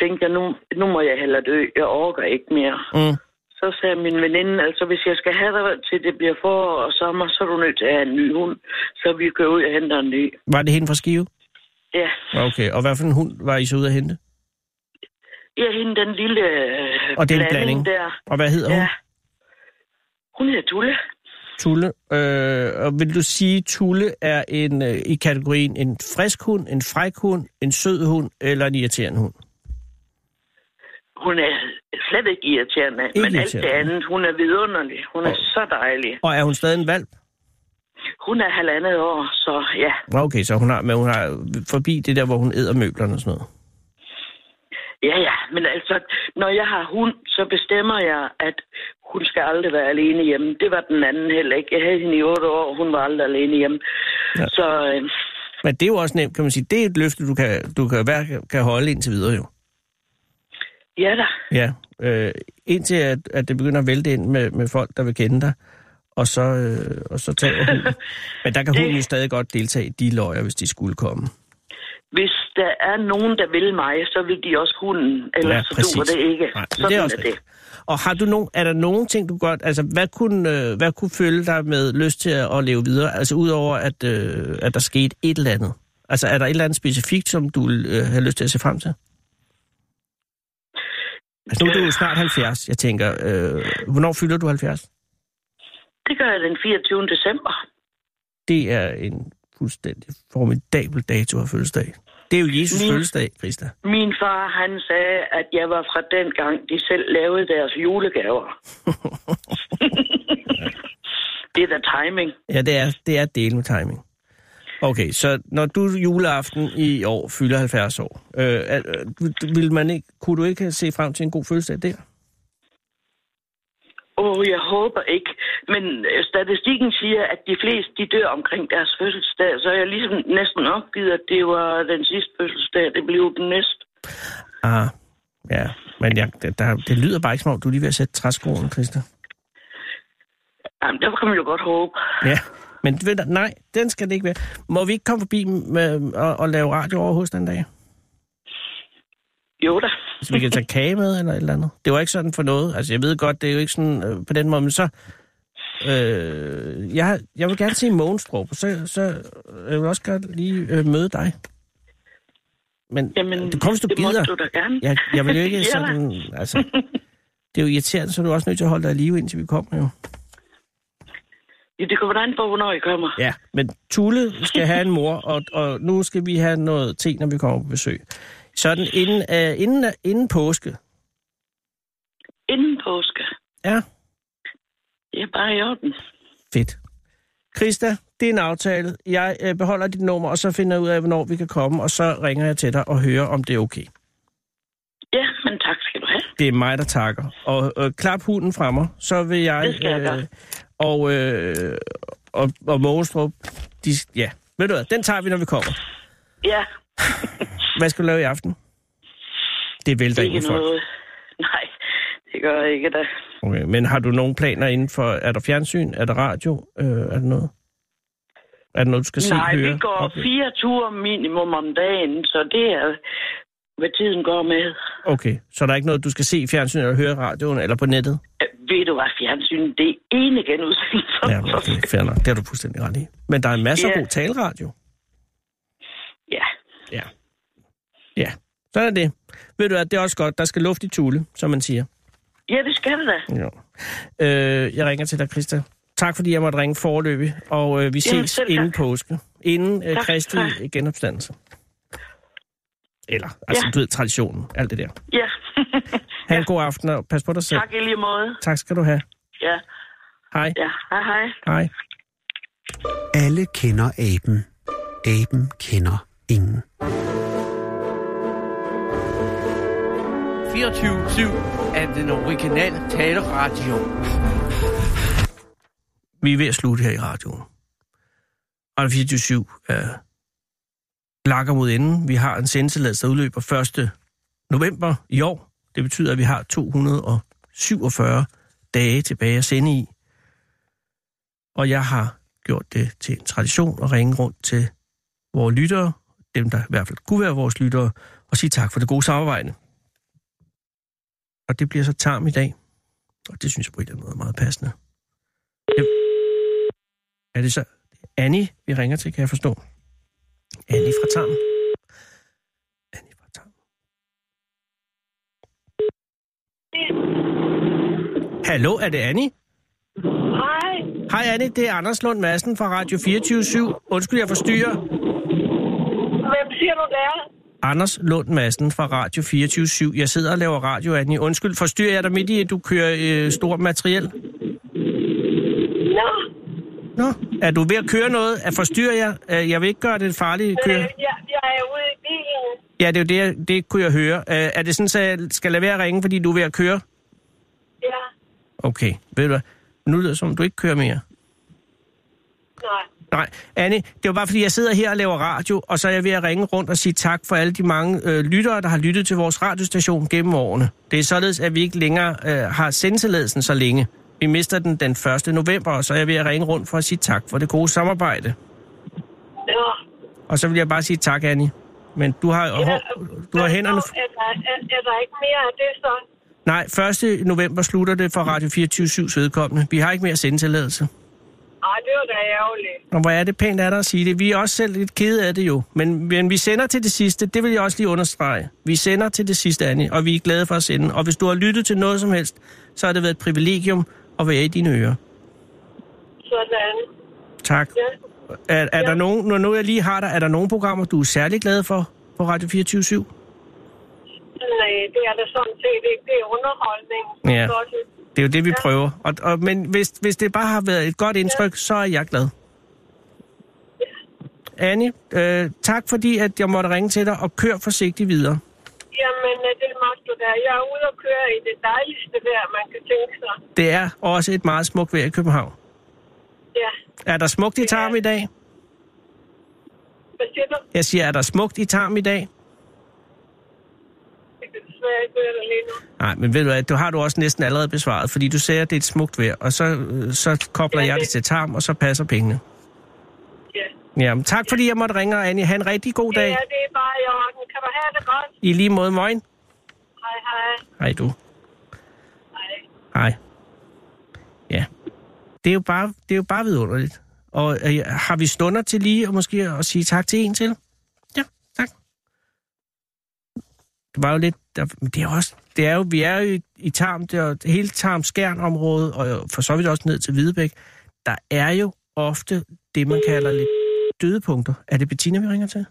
Speaker 3: tænkte jeg, nu, nu må jeg hellere dø. Jeg orker ikke mere.
Speaker 4: Mm.
Speaker 3: Så sagde min veninde, altså hvis jeg skal have dig til det bliver forår og sommer, så er du nødt til at have en ny hund. Så vi kører ud og henter en ny.
Speaker 4: Var det hende fra Skive?
Speaker 3: Ja,
Speaker 4: Okay, og hvad for en hund var I så ude at hente?
Speaker 3: jeg henter den lille øh,
Speaker 4: Og det er en blanding.
Speaker 3: der.
Speaker 4: Og hvad hedder hun?
Speaker 3: Ja. Hun hedder Tulle.
Speaker 4: Tulle. Øh, og vil du sige, at Tulle er en, øh, i kategorien en frisk hund, en fræk hund, en sød hund eller en irriterende hund?
Speaker 3: Hun er slet ikke irriterende,
Speaker 4: Ikke
Speaker 3: men alt det
Speaker 4: irriterende.
Speaker 3: andet, hun er vidunderlig. Hun er så dejlig.
Speaker 4: Og er hun stadig en valp?
Speaker 3: Hun er halvandet år, så ja.
Speaker 4: Nå, Okay, så hun har, men hun har forbi det der, hvor hun æder møblerne og sådan noget.
Speaker 3: Ja, ja, men altså, når jeg har hund, så bestemmer jeg, at hun skal aldrig være alene hjemme. Det var den anden heller ikke. Jeg havde hende i otte år, hun var aldrig alene hjemme.
Speaker 4: Ja.
Speaker 3: Ja. Så øh,
Speaker 4: Men det er jo også nemt, kan man sige. Det er et løfte, du kan, du kan, hver, kan holde indtil videre jo.
Speaker 3: ja da,
Speaker 4: Ja. Øh, indtil at, at det begynder at vælte ind med, med folk, der vil kende dig. Og så, øh, og så tager hunden. Men der kan hunden jo stadig godt deltage i de løjer, hvis de skulle komme.
Speaker 3: hvis der er nogen, der vil mig, så vil de også hunden. Ellers
Speaker 4: Ja,
Speaker 3: så duer
Speaker 4: præcis.
Speaker 3: det ikke.
Speaker 4: Nej,
Speaker 3: Sådan
Speaker 4: det er også
Speaker 3: er det.
Speaker 4: rigtigt. Og har du nogen, er der nogen ting, du godt... Altså, hvad kunne, øh, hvad kunne følge dig med lyst til at, at leve videre? Altså, udover at, øh, at der skete et eller andet. Altså, er der et eller andet specifikt, som du øh, har lyst til at se frem til? Altså, nu er du jo snart 70, jeg tænker. Øh, hvornår fylder du 70?
Speaker 3: Det gør jeg den 24. december.
Speaker 4: Det er en fuldstændig formidabel dato at fødselsdag. Det er jo Jesus
Speaker 3: Min-
Speaker 4: fødselsdag, Christa.
Speaker 3: Min far, han sagde, at jeg var fra den gang, de selv lavede deres julegaver. det er da timing.
Speaker 4: Ja, det er, det er et del med timing. Okay, så når du juleaften i år fylder 70 år, øh, er- øh, du- vil man ikke, kunne du ikke se frem til en god fødselsdag der?
Speaker 3: Åh, oh, jeg håber ikke. Men øh, statistikken siger, at de fleste de dør omkring deres fødselsdag, så jeg ligesom næsten opgivet, at det var den sidste fødselsdag, det blev den næste.
Speaker 4: Ah, ja, men jeg, der, det lyder bare ikke som om, du er lige ved at sætte træskoen, Christa.
Speaker 3: Jamen, der kan man jo godt håbe.
Speaker 4: Ja, men ved du, nej, den skal det ikke være. Må vi ikke komme forbi med, og, og lave radio over hos den dag?
Speaker 3: Jo da.
Speaker 4: Så vi kan tage kage med eller et eller andet. Det var ikke sådan for noget. Altså, jeg ved godt, det er jo ikke sådan øh, på den måde, men så... Øh, jeg, jeg vil gerne se Mogenstrup, og så, så øh, jeg vil også godt lige øh, møde dig. Men Jamen, det kommer, hvis du
Speaker 3: det
Speaker 4: gider.
Speaker 3: måtte du da gerne.
Speaker 4: Jeg, jeg vil jo
Speaker 3: Ja
Speaker 4: ikke
Speaker 3: da.
Speaker 4: sådan... Altså, det er jo irriterende, så er du også nødt til at holde dig i live, indtil vi kommer jo.
Speaker 3: Ja, det kommer an på, hvornår I kommer.
Speaker 4: Ja, men Tulle skal have en mor, og, og nu skal vi have noget te, når vi kommer på besøg. Sådan inden, øh, inden, inden påske.
Speaker 3: Inden påske.
Speaker 4: Ja.
Speaker 3: Ja, bare i orden.
Speaker 4: Fedt. Krista, det er en aftale. Jeg øh, beholder dit nummer, og så finder jeg ud af, hvornår vi kan komme, og så ringer jeg til dig og hører, om det er okay.
Speaker 3: Ja, men tak skal du have.
Speaker 4: Det er mig, der takker. Og øh, klap hunden fra mig, så vil jeg... øh,
Speaker 3: Det skal jeg gøre.
Speaker 4: og, øh, og, og Mogenstrup, de, ja. Ved du hvad, den tager vi, når vi kommer.
Speaker 3: Ja,
Speaker 4: Hvad skal du lave i aften? Det vælter ikke
Speaker 3: ikke
Speaker 4: folk.
Speaker 3: noget. Nej, det gør jeg ikke da.
Speaker 4: Okay. Men har du nogen planer inden for... Er der fjernsyn? Er der radio? Øh, er der noget? Er det noget, du skal se?
Speaker 3: Nej,
Speaker 4: høre,
Speaker 3: vi går
Speaker 4: opleve?
Speaker 3: fire ture minimum om dagen, så det er, hvad tiden går med.
Speaker 4: Okay, så der er ikke noget, du skal se i fjernsynet eller høre i radioen eller på nettet?
Speaker 3: Øh, Ved du hvad, fjernsyn, det er ene genudsendelse.
Speaker 4: Ja, okay, fair nok. Det har du fuldstændig ret i. Men der er en masse yeah.
Speaker 3: Ja.
Speaker 4: god taleradio.
Speaker 3: ja.
Speaker 4: Ja. Ja, sådan er det. Ved du at det er også godt. Der skal luft i tule, som man siger.
Speaker 3: ja, det skal det da.
Speaker 4: Jo. Øh, jeg ringer til dig, Christa. Tak fordi jeg måtte ringe forløbig, og øh, vi
Speaker 3: Jamen,
Speaker 4: ses
Speaker 3: selv tak.
Speaker 4: inden påske. Inden øh,
Speaker 3: Tak,
Speaker 4: Kristi
Speaker 3: tak.
Speaker 4: genopstandelse. Eller, altså
Speaker 3: Ja.
Speaker 4: du ved, traditionen, alt det der.
Speaker 3: Ja,
Speaker 4: Ha' en god aften, og pas på dig selv.
Speaker 3: tak i lige måde.
Speaker 4: tak skal du have.
Speaker 3: Ja,
Speaker 4: Hej.
Speaker 3: ja. Hej, hej.
Speaker 4: Hej.
Speaker 1: Alle kender aben. Aben kender ingen.
Speaker 5: 24-7 af den originale taleradio.
Speaker 4: vi er ved at slutte her i radioen. Radio 24 øh, lakker mod enden. Vi har en sendtilladelse, der udløber 1. november i år. Det betyder, at vi har 247 dage tilbage at sende i. Og jeg har gjort det til en tradition at ringe rundt til vores lyttere, dem der i hvert fald kunne være vores lyttere, og sige tak for det gode samarbejde. Og det bliver så tarm i dag. Og det synes jeg på en eller anden måde er meget passende. Er det så Annie, vi ringer til, kan jeg forstå? Annie fra Tarm. Annie fra Tarm. Hallo, er det Annie?
Speaker 6: Hej.
Speaker 4: Hej Annie, det er Anders Lund Madsen fra Radio 24 Undskyld, jeg forstyrrer.
Speaker 6: Hvem siger du, det er?
Speaker 4: Anders Lund Madsen fra Radio 24 Jeg sidder og laver radio, Annie. Undskyld, forstyrrer jeg dig midt i, at du kører øh, stor materiel?
Speaker 6: Nå,
Speaker 4: Nå, er du ved at køre noget? Er forstyrrer jeg? Øh, Jeg vil ikke gøre det farligt at
Speaker 6: øh,
Speaker 4: køre.
Speaker 6: jeg, jeg er ude i bilen.
Speaker 4: Ja, det er jo det, jeg- det kunne jeg høre. Øh, er det sådan, så jeg skal lade være at ringe, fordi du er ved at køre?
Speaker 6: Ja,
Speaker 4: Okay, ved du hvad? Nu lyder det som, om du ikke kører mere.
Speaker 6: nej.
Speaker 4: Nej, Anne, det var bare fordi, jeg sidder her og laver radio, og så er jeg ved at ringe rundt og sige tak for alle de mange øh, lyttere, der har lyttet til vores radiostation gennem årene. Det er således, at vi ikke længere øh, har sendtilladelsen så længe. Vi mister den den 1. november, og så er jeg ved at ringe rundt for at sige tak for det gode samarbejde.
Speaker 6: Nå.
Speaker 4: Og så vil jeg bare sige tak, Annie. Men du har,
Speaker 6: Ja,
Speaker 4: du har
Speaker 6: men
Speaker 4: hænderne...
Speaker 6: så Er der, er, er der ikke mere af det så?
Speaker 4: Nej, 1. november slutter det for Radio 24-7's vedkommende. Vi har ikke mere sendetilladelse.
Speaker 6: Ej, det var da ærgerligt.
Speaker 4: Og hvor er det pænt af dig at sige det. Vi er også selv lidt kede af det jo. Men, men vi sender til det sidste. Det vil jeg også lige understrege. Vi sender til det sidste, Annie, og vi er glade for at sende. Og hvis du har lyttet til noget som helst, så har det været et privilegium at være i dine ører.
Speaker 6: Sådan.
Speaker 4: Tak.
Speaker 6: Ja.
Speaker 4: Er, er der nogen, når nu jeg lige har dig, er der nogle programmer, du er særlig glad for på Radio 24
Speaker 6: Nej, det er da sådan set ikke. Det er underholdning.
Speaker 4: Ja.
Speaker 6: Sådan.
Speaker 4: Det er jo det, vi prøver. Og, og, men hvis, hvis det bare har været et godt indtryk, så er jeg glad. Annie, øh, tak fordi, at jeg måtte ringe til dig, og kør forsigtigt videre.
Speaker 6: Jamen, øh, det magter du der. Jeg er ude og køre i det dejligste vejr, man kan tænke sig.
Speaker 4: Det er også et meget smukt vejr i København.
Speaker 6: Ja.
Speaker 4: Er der smukt i Tarm i dag?
Speaker 6: Hvad siger du?
Speaker 4: Jeg siger, er der smukt i Tarm i dag?
Speaker 6: Det kan desværre ikke høre dig lige nu.
Speaker 4: Nej, men ved du hvad, du har du også næsten allerede besvaret, fordi du siger, at det er et smukt vejr, og så, øh, så kobler
Speaker 6: Ja,
Speaker 4: jeg
Speaker 6: det-
Speaker 4: det til Tarm, og så passer pengene.
Speaker 6: Ja.
Speaker 4: Jamen, tak fordi jeg måtte ringe, og Annie. Ha' en rigtig god dag.
Speaker 6: Ja, det er bare i orden. Kan du have det godt?
Speaker 4: I lige måde, morgen.
Speaker 6: Hej, hej.
Speaker 4: Hej du.
Speaker 6: Hej.
Speaker 4: Hej. Ja. Det er jo bare, det er jo bare vidunderligt. Og øh, har vi stunder til lige og måske at sige tak til en til? Ja, tak. Det var jo lidt... Der, men det er, også, det er jo, vi er jo i, i Tarm, det er jo hele tarm området og jo for så vidt også ned til Hvidebæk. Der er jo ofte det, man kalder lidt dødepunkter. Er det Bettina, vi ringer til?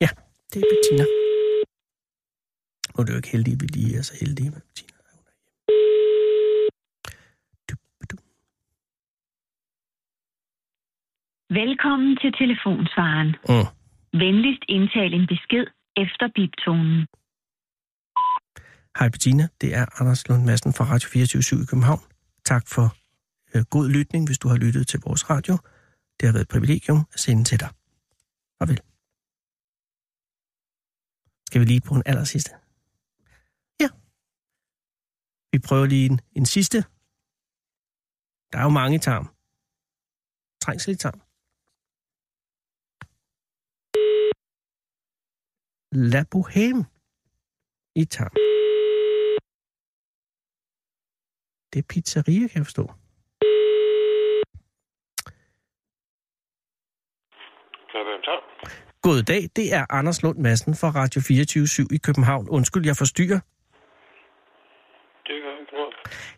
Speaker 4: Ja, det er Bettina. Nu er det jo ikke heldigt, vi lige er så heldige med Bettina.
Speaker 7: Velkommen til telefonsvaren.
Speaker 4: Mm.
Speaker 7: Venligst indtal en besked efter biptonen.
Speaker 4: Hej Bettina, det er Anders Lund Madsen fra Radio 24 i København. Tak for øh, god lytning, hvis du har lyttet til vores radio. Det har været et privilegium at sende til dig. Farvel. Skal vi lige på en aller sidste? Ja. Vi prøver lige en, en sidste. Der er jo mange i tarm. Trængsel i tarm. La Bohème i Tarm. Det er pizzeria, kan jeg forstå. God dag, det er Anders Lund Madsen fra Radio 24 i København. Undskyld, jeg forstyrrer.
Speaker 8: Det gør ikke noget.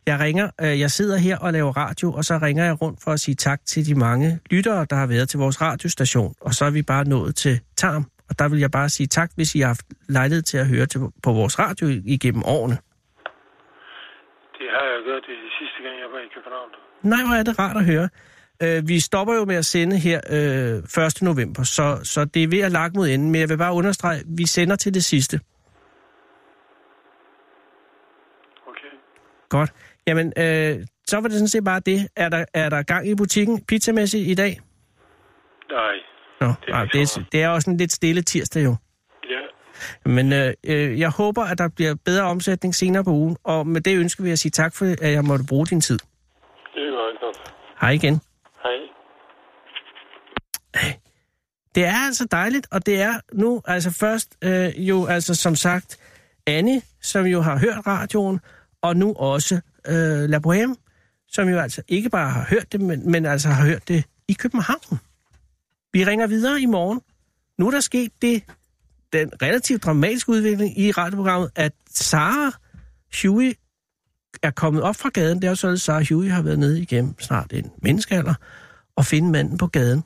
Speaker 4: Jeg ringer, øh, jeg sidder her og laver radio, og så ringer jeg rundt for at sige tak til de mange lyttere, der har været til vores radiostation. Og så er vi bare nået til Tarm, og der vil jeg bare sige tak, hvis I har haft lejlighed til at høre til, på vores radio igennem årene.
Speaker 8: Det har jeg gjort det sidste gang, jeg var i København.
Speaker 4: Nej, hvor er det rart at høre. Øh, vi stopper jo med at sende her øh, 1. november, så, så det er ved at lakke mod enden, men jeg vil bare understrege, vi sender til det sidste.
Speaker 8: Okay.
Speaker 4: Godt. Jamen, øh, så var det sådan set bare det. Er der, er der gang i butikken pizzamæssigt i dag?
Speaker 8: Nej.
Speaker 4: Nå,
Speaker 8: er
Speaker 4: det er, nej,
Speaker 8: ikke
Speaker 4: det,
Speaker 8: så
Speaker 4: er,
Speaker 8: meget.
Speaker 4: det er også en lidt stille tirsdag jo.
Speaker 8: Ja.
Speaker 4: Men øh, øh, jeg håber, at der bliver bedre omsætning senere på ugen, og med det ønske vil jeg sige tak for, at jeg måtte bruge din tid.
Speaker 8: Det gør ikke noget.
Speaker 4: Hej igen.
Speaker 8: Hej.
Speaker 4: Det er altså dejligt, og det er nu altså først øh, jo altså som sagt Anne, som jo har hørt radioen, og nu også øh, La Bohème, som jo altså ikke bare har hørt det, men, men altså har hørt det i København. Vi ringer videre i morgen. Nu er der sket det, den relativt dramatiske udvikling i radioprogrammet, at Sara Huey er kommet op fra gaden. Det er jo sådan, at Sara Huey har været nede igennem snart en menneskealder og finde manden på gaden.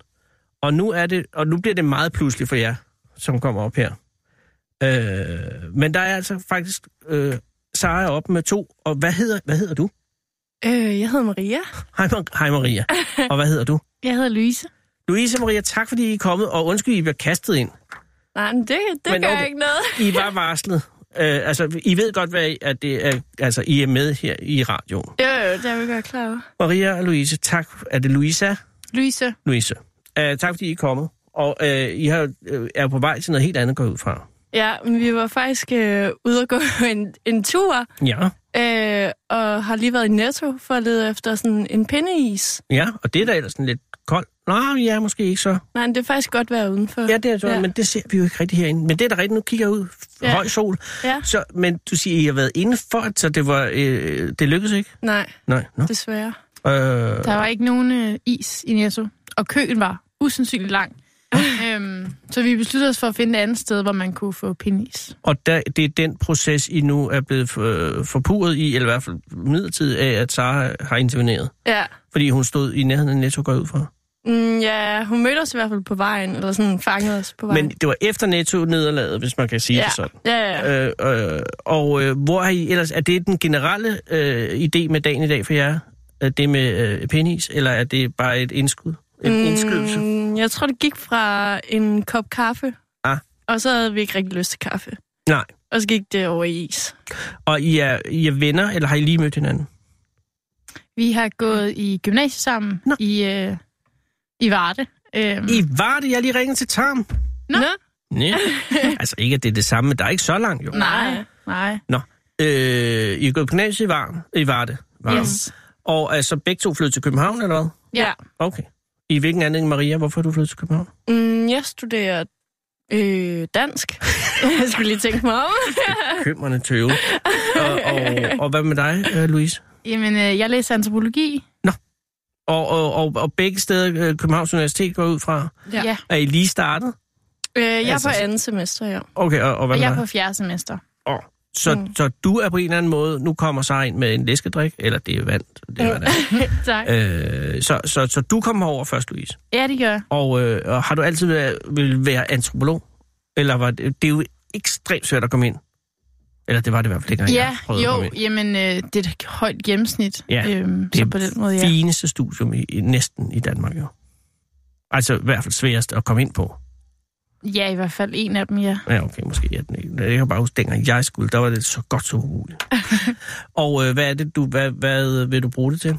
Speaker 4: Og nu, er det, og nu bliver det meget pludseligt for jer, som kommer op her. Øh, men der er altså faktisk... Øh, Sara er oppe med to, og hvad hedder, hvad hedder du?
Speaker 9: Øh, jeg hedder Maria.
Speaker 4: Hej, Ma- hej Maria. Og hvad hedder du?
Speaker 9: Jeg hedder Louise.
Speaker 4: Louise og Maria, tak fordi I er kommet, og undskyld, I bliver kastet ind.
Speaker 9: Nej, men det, det
Speaker 4: Men
Speaker 9: men gør
Speaker 4: okay.
Speaker 9: okay. ikke noget.
Speaker 4: I var varslet. Øh, altså, I ved godt, hvad I, at det er, altså, I er med her i radioen.
Speaker 9: Jo, jo, det er vi godt klar over.
Speaker 4: Maria og Louise, tak. Er det Louisa?
Speaker 9: Louise.
Speaker 4: Louise. Øh, tak fordi I er kommet. Og øh, I har, øh, er på vej til noget helt andet, går jeg ud fra.
Speaker 9: Ja, men vi var faktisk øh, ude at gå en, en tur,
Speaker 4: Ja,
Speaker 9: øh, og har lige været i Netto for at lede efter sådan en pindeis.
Speaker 4: ja, og det er da ellers sådan lidt koldt. Nå, ja, måske ikke så.
Speaker 9: Nej, men det er faktisk godt være udenfor.
Speaker 4: Ja, det er sådan, ja.
Speaker 9: Ja.
Speaker 4: men det ser vi jo ikke rigtig herinde. Men det er da rigtigt, nu kigger jeg ud. Ja.
Speaker 9: Ja.
Speaker 4: Høj sol.
Speaker 9: ja.
Speaker 4: Så, men du siger, I har været indenfor, så det, var, øh, det lykkedes ikke?
Speaker 9: Nej,
Speaker 4: Nej, no.
Speaker 9: desværre.
Speaker 4: øh,
Speaker 10: Der var ikke nogen øh, is i Netto, og køen var usandsynligt lang. øhm, så vi besluttede os for at finde et andet sted, hvor man kunne få pindis.
Speaker 4: Og der, det er den proces, I nu er blevet øh, forpuret i, eller i hvert fald midlertidigt af, at Sara har interveneret.
Speaker 9: Ja.
Speaker 4: Fordi hun stod i nærheden af Netto, går jeg ud fra.
Speaker 9: Mm, ja, hun mødte os i hvert fald på vejen, eller sådan fangede os på vejen.
Speaker 4: Men det var efter Netto-nederlaget, hvis man kan sige
Speaker 9: ja.
Speaker 4: det sådan.
Speaker 9: Ja, ja, ja.
Speaker 4: Øh, øh, og øh, hvor har I ellers... Er det den generelle øh, idé med dagen i dag for jer? Er det med øh, penis, eller er det bare et indskud? En mm. indskydelse?
Speaker 9: Mm, jeg tror, det gik fra en kop kaffe,
Speaker 4: Ah.
Speaker 9: og så havde vi ikke rigtig lyst til kaffe.
Speaker 4: Nej.
Speaker 9: Og så gik det over i is.
Speaker 4: Og I er, I er venner, eller har I lige mødt hinanden?
Speaker 10: Vi har gået i gymnasiet sammen
Speaker 4: Nå.
Speaker 10: i, øh, i Varde. Øhm,
Speaker 4: I var det, jeg lige ringede til Tarm.
Speaker 10: Nå.
Speaker 4: Nej. altså ikke, at det er det samme, men der er ikke så langt jo.
Speaker 10: Nej, nej.
Speaker 4: Øh, I er gået på gymnasiet i Varm. I var det. Varm.
Speaker 10: Yes.
Speaker 4: Og altså begge to flyttede til København, eller hvad?
Speaker 10: Ja.
Speaker 4: Okay. I hvilken anledning, Maria? Hvorfor er du flyttet til København?
Speaker 9: Mm, jeg studerer øh, dansk. jeg skulle lige tænke mig om.
Speaker 4: Kømmerne tøve. og, og, og hvad med dig, øh, Louise?
Speaker 10: Jamen, øh, jeg læser antropologi.
Speaker 4: Og, og, og, og begge steder øh, Københavns Universitet går jeg ud fra.
Speaker 9: Ja.
Speaker 4: Er I lige startet?
Speaker 9: Øh, jeg er
Speaker 4: Altså,
Speaker 9: på
Speaker 4: så-
Speaker 9: andet semester, ja.
Speaker 4: Okay, og, og hvad med
Speaker 10: Og jeg
Speaker 4: dig?
Speaker 10: er på fjerde semester.
Speaker 4: Åh, Så, mm. så du er på en eller anden måde, nu kommer så ind med en læskedrik, eller det er vand, det er vand.
Speaker 10: tak.
Speaker 4: Øh, så, så, så du kommer over først, Louise.
Speaker 10: Ja, det gør jeg.
Speaker 4: Og, øh, og har du altid været, vil være antropolog? Eller var det, det er jo ekstremt svært at komme ind. Eller det var det i hvert fald dengang,
Speaker 10: Ja,
Speaker 4: jeg prøvede at komme
Speaker 10: jo,
Speaker 4: ind.
Speaker 10: jamen, øh, det er et højt gennemsnit.
Speaker 4: Ja,
Speaker 10: øhm,
Speaker 4: Det
Speaker 10: så
Speaker 4: er
Speaker 10: på den måde, ja.
Speaker 4: fineste studium i, i, næsten i Danmark, jo. Altså i hvert fald sværest at komme ind på.
Speaker 10: Ja, i hvert fald en af dem, ja.
Speaker 4: Ja, okay, måske er den ikke. Jeg kan bare huske, dengang jeg skulle, der var det så godt så umuligt. og øh, hvad er det, du, hvad, hvad øh, vil du bruge det til?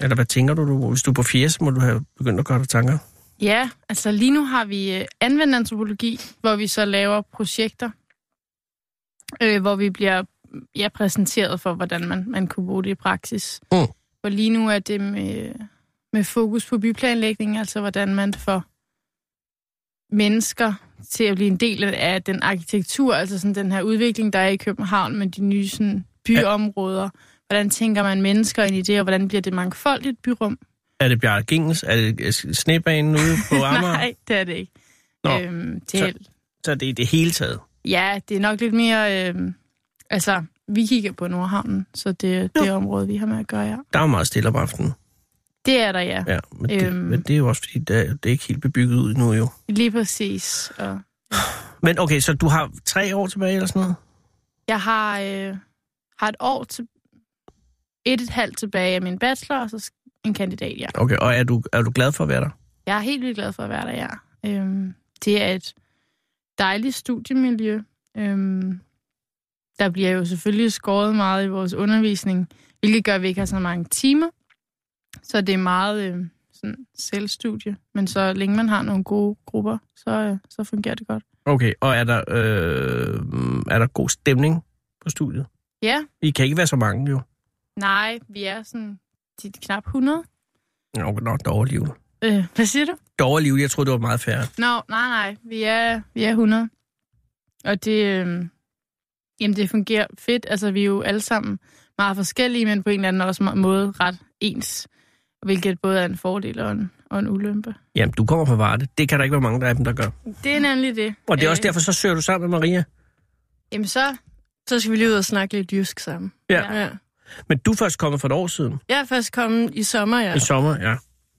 Speaker 4: Eller hvad tænker du, du? Hvis du er på 80, må du have begyndt at gøre dig tanker.
Speaker 10: Ja, altså lige nu har vi øh, anvendt antropologi, hvor vi så laver projekter, øh, hvor vi bliver ja, præsenteret for, hvordan man, man kunne bruge det i praksis.
Speaker 4: Mm.
Speaker 10: For lige nu er det med, med fokus på byplanlægning, altså hvordan man får mennesker til at blive en del af den arkitektur, altså sådan den her udvikling, der er i København med de nye sådan, byområder. Hvordan tænker man mennesker ind i det, og hvordan bliver det mangfoldigt byrum?
Speaker 4: Er det Bjarke Gingels? Er det snebanen ude på Amager?
Speaker 10: Nej, det er det ikke.
Speaker 4: Nå,
Speaker 10: Øhm, det
Speaker 4: så-
Speaker 10: er,
Speaker 4: Så det er i det hele taget.
Speaker 10: ja, det er nok lidt mere... Øhm, altså, vi kigger på Nordhavnen, så det er det område, vi har med at gøre, ja.
Speaker 4: Der er jo meget stille om aftenen.
Speaker 10: Det er der, ja.
Speaker 4: Ja, men, det,
Speaker 10: Øhm.
Speaker 4: men det er jo også fordi, der, det er ikke helt bebygget ud nu jo.
Speaker 10: Lige præcis. Og
Speaker 4: Men okay, så du har tre år tilbage eller sådan noget?
Speaker 10: jeg har, øh, har et år til... Et et halvt tilbage af min bachelor, og så sk- en kandidat, ja.
Speaker 4: Okay, og er du, er du glad for at være der?
Speaker 10: Jeg er helt vildt glad for at være der, ja. Øhm, det er et dejligt studiemiljø. Øhm, der bliver jo selvfølgelig skåret meget i vores undervisning, hvilket gør, at vi ikke har så mange timer. Så det er meget øhm, sådan selvstudie. Men så længe man har nogle gode grupper, så, øh, så fungerer det godt.
Speaker 4: Okay, og er der, øh, er der god stemning på studiet?
Speaker 10: Ja,
Speaker 4: I kan ikke være så mange jo.
Speaker 10: nej, vi er sådan de er knap 100.
Speaker 4: Nå, okay, nok dårlig jul.
Speaker 10: Øh, hvad siger du?
Speaker 4: Dårlig jul, jeg troede, det var meget færre.
Speaker 10: Nå, nej, nej. Vi er, vi er 100. Og det, øh, jamen det fungerer fedt. Altså, vi er jo alle sammen meget forskellige, men på en eller anden også må- måde ret ens. Hvilket både er en fordel og en, og en ulempe.
Speaker 4: Jamen, du kommer fra Varde. Det kan der ikke være mange der af dem, der gør.
Speaker 10: Det er nemlig det. Øh,
Speaker 4: Og det er også derfor, så søger du sammen med Maria.
Speaker 10: Jamen så,
Speaker 9: Så skal vi lige ud og snakke lidt jysk sammen.
Speaker 4: Ja.
Speaker 9: Ja,
Speaker 4: Men du er først kommet for et år siden.
Speaker 9: jeg er først kommet i sommer, ja.
Speaker 4: I sommer, ja.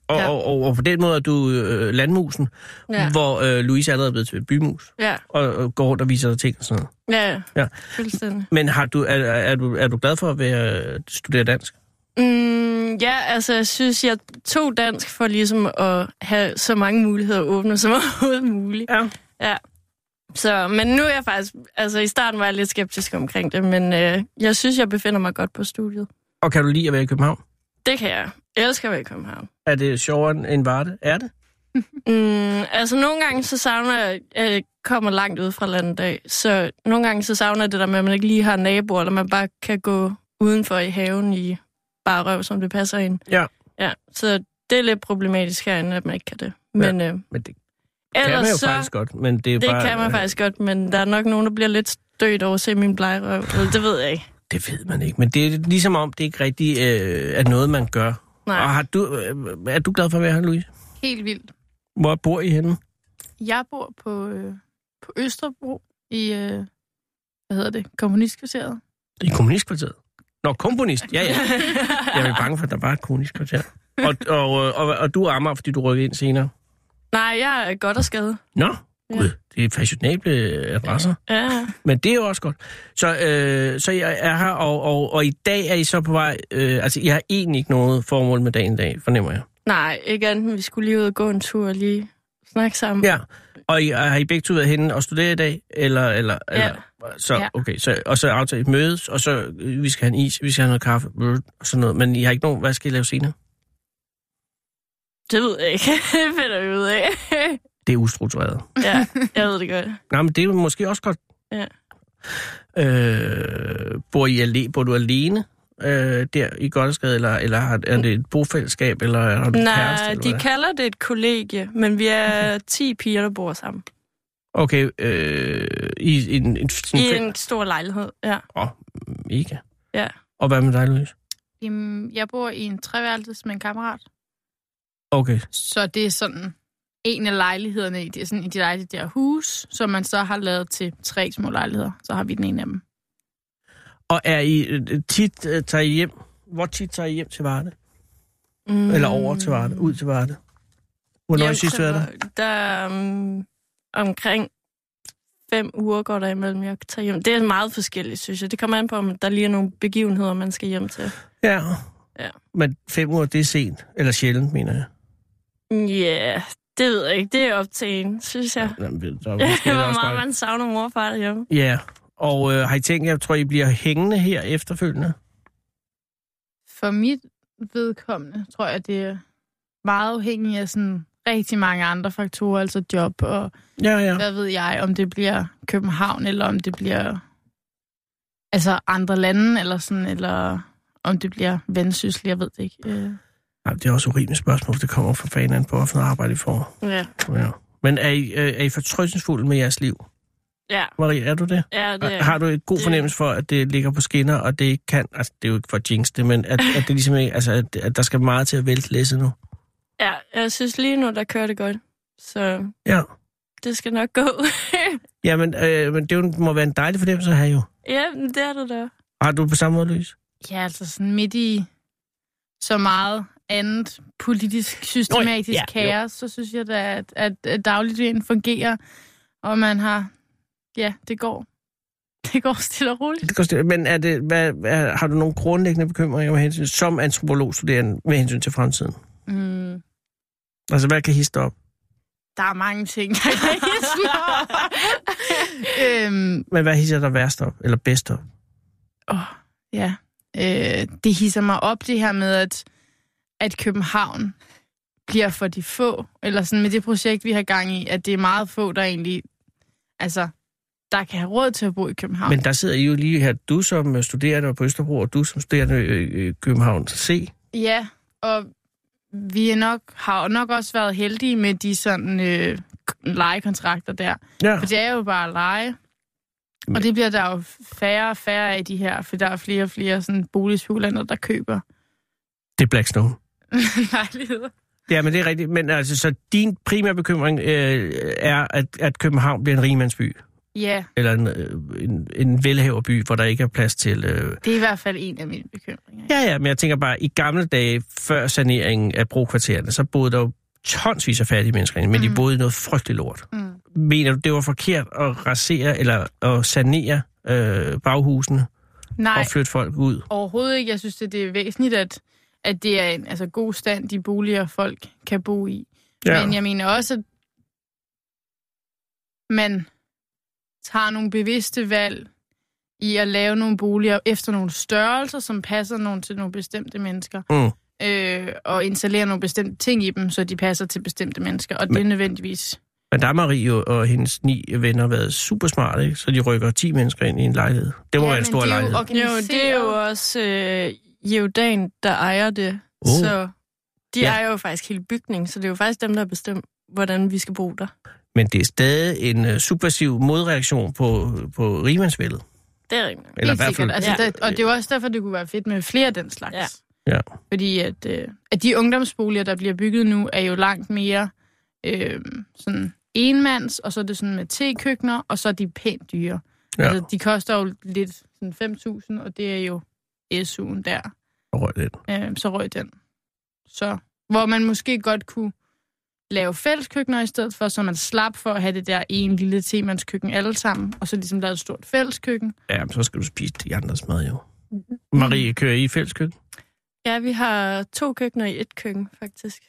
Speaker 4: Og,
Speaker 9: Ja.
Speaker 4: og, og, og på den måde er du øh, landmusen, ja.
Speaker 9: Ja.
Speaker 4: hvor øh, Louise allerede er blevet til bymus,
Speaker 9: Ja,
Speaker 4: og, og går rundt og viser dig ting og sådan noget.
Speaker 9: ja,
Speaker 4: Ja.
Speaker 9: ja. fuldstændig.
Speaker 4: Men har du, er, er, du, er du glad for at være, studere dansk?
Speaker 9: Mm, ja, altså jeg synes, jeg tog dansk for ligesom at have så mange muligheder åbne som overhovedet muligt.
Speaker 4: Ja.
Speaker 9: ja. Så, men nu er jeg faktisk, altså i starten var jeg lidt skeptisk omkring det, men øh, jeg synes, jeg befinder mig godt på studiet.
Speaker 4: Og kan du lide at være i København?
Speaker 9: Det kan jeg. Jeg elsker at være i København.
Speaker 4: Er det sjovere end Varde? Er det?
Speaker 9: Mm, altså nogle gange så savner jeg, jeg kommer langt ud fra landet af, så nogle gange så savner jeg det der med, at man ikke lige har naboer, eller man bare kan gå udenfor i haven i bare røv, som det passer ind.
Speaker 4: Ja.
Speaker 9: Ja, så det er lidt problematisk herinde, at man ikke kan det. Men ja. øh,
Speaker 4: Men det kan man
Speaker 9: ellers
Speaker 4: jo
Speaker 9: så,
Speaker 4: faktisk godt. Men det er
Speaker 9: det
Speaker 4: bare,
Speaker 9: kan man faktisk godt, men der er nok nogen, der bliver lidt stødt over at se min blegerøv. Eller, det ved jeg ikke.
Speaker 4: Det ved man ikke. Men det er ligesom om, det ikke rigtig øh, er noget, man gør.
Speaker 9: Nej.
Speaker 4: Og har du, øh, er du glad for at være her, Louise?
Speaker 10: helt vildt.
Speaker 4: Hvor bor I henne?
Speaker 10: Jeg bor på, øh, på Østerbro i, øh, hvad hedder det, kommunistkvarteret.
Speaker 4: I kommunistkvarteret. Nå, komponist. Ja, ja. Jeg er bange for, at der var et kommunistkvarter. Og, og, øh, og, og du er Amager, fordi du rykkede ind senere.
Speaker 9: Nej, jeg er godt og skade.
Speaker 4: Nå,
Speaker 9: Ja.
Speaker 4: gud, det er fashionable adresser.
Speaker 9: Ja.
Speaker 4: Men det er jo også godt. Så, øh, så jeg er her, og, og, og i dag er I så på vej... Øh, altså, jeg har egentlig ikke noget formål med dagen i dag, fornemmer jeg.
Speaker 9: Nej, ikke andet. Vi skulle lige ud og gå en tur og lige snakke sammen.
Speaker 4: Ja, og I, har I begge to været henne og studeret i dag? Eller, eller,
Speaker 9: Ja.
Speaker 4: eller så,
Speaker 10: Ja.
Speaker 4: okay, så, og så aftalt et mødes, og så øh, vi skal have en is, vi skal have noget kaffe, brr, og sådan noget. Men I har ikke nogen, hvad skal I lave senere?
Speaker 9: Det ved jeg ikke. det finder vi ud af.
Speaker 4: Det er ustruktureret.
Speaker 9: ja, jeg ved det godt.
Speaker 4: Nej, men det er jo måske også godt.
Speaker 9: Ja.
Speaker 4: Øh, bor, I alene, bor du alene øh, der i Gotteskade, eller, eller har, er det et bofællesskab, eller har du en kæreste?
Speaker 9: Nej,
Speaker 4: eller
Speaker 9: de
Speaker 4: hvad?
Speaker 9: kalder det et kollegie, men vi er 10 piger, der bor sammen.
Speaker 4: Okay, øh, i, i en, en, sådan
Speaker 9: I
Speaker 4: en...
Speaker 9: en stor lejlighed, ja.
Speaker 4: Åh, mega.
Speaker 9: Ja.
Speaker 4: Og hvad med dig, Louise?
Speaker 10: Jamen, jeg bor i en treværelses med en kammerat.
Speaker 4: Okay,
Speaker 10: Så det er sådan en af lejlighederne i det, sådan i det dejlige der hus, som man så har lavet til tre små lejligheder. Så har vi den ene af dem.
Speaker 4: Og er I øh, tit øh, tager I hjem? Hvor tit tager I hjem til Varde?
Speaker 9: Mm.
Speaker 4: Eller over til Varde? Ud til Varde? Hvornår er I sidst været der?
Speaker 9: Der er um, omkring fem uger går der imellem, jeg tager hjem. Det er meget forskelligt, synes jeg. Det kommer an på, om der lige er nogle begivenheder, man skal hjem til.
Speaker 4: Ja.
Speaker 9: Ja.
Speaker 4: Men fem uger, det er sent. Eller sjældent, mener jeg.
Speaker 9: Ja, yeah, det ved jeg ikke. Det er op til en, synes jeg.
Speaker 4: Jamen, ved du, Der er måske
Speaker 9: Hvor
Speaker 4: også
Speaker 9: meget
Speaker 4: bare-
Speaker 9: man savner mor og far derhjemme.
Speaker 4: Ja. Og øh, har I tænkt, jeg tror, I bliver hængende her efterfølgende?
Speaker 10: For mit vedkommende, tror jeg, det er meget afhængigt af sådan rigtig mange andre faktorer, altså job og
Speaker 4: Ja, ja.
Speaker 10: hvad ved jeg, om det bliver København, eller om det bliver altså andre lande, eller sådan, eller om det bliver vendsyssel, jeg ved det ikke. Øh,
Speaker 4: Nej, det er også et urimeligt spørgsmål, det kommer fra fanen på offentlig arbejde i for.
Speaker 9: Ja.
Speaker 4: Ja. Men er I, øh, er I fortrøstningsfulde med jeres liv?
Speaker 9: Ja,
Speaker 4: Marie, er du det?
Speaker 9: ja det
Speaker 4: Har du en god
Speaker 9: Det-
Speaker 4: fornemmelse for, at det ligger på skinner, og det ikke kan... Altså, det er jo ikke for at jinx det, men at, at det ligesom ikke... Altså, at, at der skal meget til at vælte læse nu.
Speaker 9: ja, jeg synes lige nu, der kører det godt. Så
Speaker 4: Ja.
Speaker 9: det skal nok gå.
Speaker 4: Jamen, øh, men det er jo- må være en dejlig fornemmelse at have jo.
Speaker 9: ja, men det er det da.
Speaker 4: Har du på samme måde, Louise?
Speaker 10: Ja, altså sådan midt i så meget andet politisk, systematisk
Speaker 4: ja,
Speaker 10: ja,
Speaker 4: jo.
Speaker 10: kaos, så synes jeg da, at, at, at dagligdagen fungerer, og man har... Ja, det går. Det går stille og roligt.
Speaker 4: Det går stille. Men er det, hvad, er, har du nogle grundlæggende bekymringer med hensyn, som antropologstuderende med hensyn til fremtiden?
Speaker 10: Mm.
Speaker 4: Altså, hvad kan hisse dig op?
Speaker 10: Der er mange ting, der kan hisse mig over. øhm,
Speaker 4: Men hvad hisser dig værst op? Eller bedst op?
Speaker 10: åh, ja. Øh, det hisser mig op, det her med, at, at København bliver for de få. Eller sådan med det projekt, vi har gang i, at det er meget få, der egentlig... Altså, der kan have råd til at bo i København.
Speaker 4: Men der sidder I jo lige her, du som øh, studerende på Østerbro, og du som studerende i København C.
Speaker 10: Ja, og vi er nok, har nok også været heldige med de sådan øh, k- lejekontrakter der.
Speaker 4: Ja.
Speaker 10: For det er jo bare leje.
Speaker 4: Men-
Speaker 10: Og det bliver der jo færre og færre af de her, for der er flere og flere sådan boligspekulanter, der køber
Speaker 4: Det er Blackstone.
Speaker 10: lejligheder.
Speaker 4: Ja, men det er rigtigt. Men altså, så din primære bekymring øh, er, at, at København bliver en rigmandsby,
Speaker 10: Ja,
Speaker 4: eller en, øh, en, en velhaverby, hvor der ikke er plads til... Øh...
Speaker 10: det er i hvert fald en af mine bekymringer.
Speaker 4: Ja, ja, men jeg tænker bare, i gamle dage, før saneringen af brokvartererne, så boede der jo tonsvis af fattige mennesker inde, men mm. de
Speaker 10: Mhm.
Speaker 4: boede i noget frygteligt lort.
Speaker 10: Mm.
Speaker 4: Mener du, det var forkert at rasere eller at sanere øh, baghusene Ej.
Speaker 10: Nej,
Speaker 4: og flytte folk ud?
Speaker 10: overhovedet ikke. Jeg synes, at det er væsentligt, at, at det er en altså, god stand, de boliger folk kan bo i. Ja. Men jeg mener også, at man tager nogle bevidste valg i at lave nogle boliger efter nogle størrelser, som passer nogle til nogle bestemte mennesker.
Speaker 4: Mm.
Speaker 10: Øh, og installere nogle bestemte ting i dem, så de passer til bestemte mennesker. Og Men... det er nødvendigvis...
Speaker 4: Men der har Marie og- og hendes ni venner været super smarte, ikke? så de rykker 10 mennesker ind i en lejlighed. Det må ja, være en
Speaker 10: men
Speaker 4: stor
Speaker 10: det er
Speaker 4: lejlighed.
Speaker 9: Jo, det er jo også øh, Jordan, der ejer det.
Speaker 4: Oh.
Speaker 9: Oh. Så de
Speaker 4: Ja.
Speaker 9: ja. ejer jo faktisk hele bygningen, så det er jo faktisk dem, der har bestemt, hvordan vi skal bo der.
Speaker 4: Men det er stadig en uh, subversiv modreaktion på, på rimandsvældet.
Speaker 9: Det er rigtigt.
Speaker 4: Eller i
Speaker 10: Helt
Speaker 4: hvert fald...
Speaker 10: sikkert. Altså,
Speaker 4: Ja.
Speaker 10: der, og det er jo også derfor, det kunne være fedt med flere af den slags.
Speaker 9: Ja.
Speaker 4: Ja.
Speaker 10: Fordi at, øh, at de ungdomsboliger, der bliver bygget nu, er jo langt mere øh, sådan enmands, og så er det sådan med te-køkkener, og så er de pænt dyre. Ja.
Speaker 4: Ja,
Speaker 10: Altså, de koster jo lidt sådan 5.000, og det er jo SU'en der.
Speaker 4: og røg lidt.
Speaker 10: Øh, så røg den. Så, hvor man måske godt kunne lave fælles køkkener i stedet for, så man slap for at have det der en lille temandskøkken alle sammen, og så ligesom lavede et stort fælleskøkken.
Speaker 4: Ja, men så skal du spise de andres mad jo.
Speaker 9: Mhm.
Speaker 4: Marie, kører I i fælleskøkken?
Speaker 9: Ja, vi har to køkkener i et køkken, faktisk.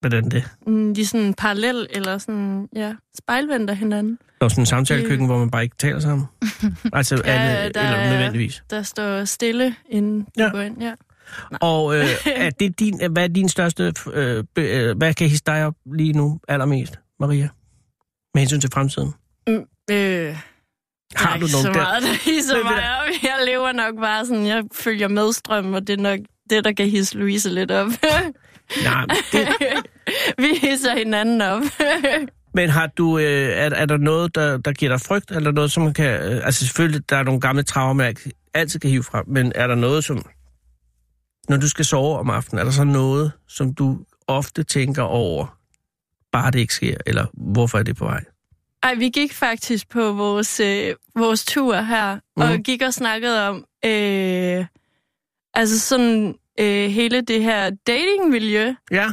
Speaker 4: Hvordan det?
Speaker 9: Mm, De er sådan parallel eller sådan, ja, spejlvender hinanden.
Speaker 4: Der er sådan en samtalekøkken, hvor man bare ikke taler sammen. Altså, ja,
Speaker 9: Ja,
Speaker 4: alle,
Speaker 9: der
Speaker 4: eller
Speaker 9: er-
Speaker 4: nødvendigvis.
Speaker 9: Der står stille, inden du
Speaker 4: Ja.
Speaker 9: ja. går ind, ja.
Speaker 4: Og øh, er det din, hvad er din største... Øh, be- øh, hvad kan hisse dig op lige nu allermest, Maria? Med hensyn til fremtiden?
Speaker 9: Mm, øh, Der er
Speaker 4: Har du
Speaker 9: ikke
Speaker 4: nogen
Speaker 9: så
Speaker 4: der?
Speaker 9: meget, der hisser
Speaker 4: Men det
Speaker 9: mig op. Jeg lever nok bare sådan, jeg følger med strømmen, og det er nok det, der kan hisse Louise lidt op.
Speaker 4: Nej, men det,
Speaker 9: Vi hisser hinanden op.
Speaker 4: Men har du, øh, er, er der noget, der, der giver dig frygt, eller noget, som man kan... Øh, altså selvfølgelig, der er nogle gamle traumer, jeg altid kan hive frem, men er der noget, som... Når du skal sove om aftenen, er der så noget, som du ofte tænker over, bare det ikke sker, eller hvorfor er det på vej?
Speaker 9: Ej, vi gik faktisk på vores, øh, vores tur her, mm.
Speaker 4: Mhm.
Speaker 9: og gik og snakkede om, øh, altså sådan øh, hele det her datingmiljø.
Speaker 4: Ja,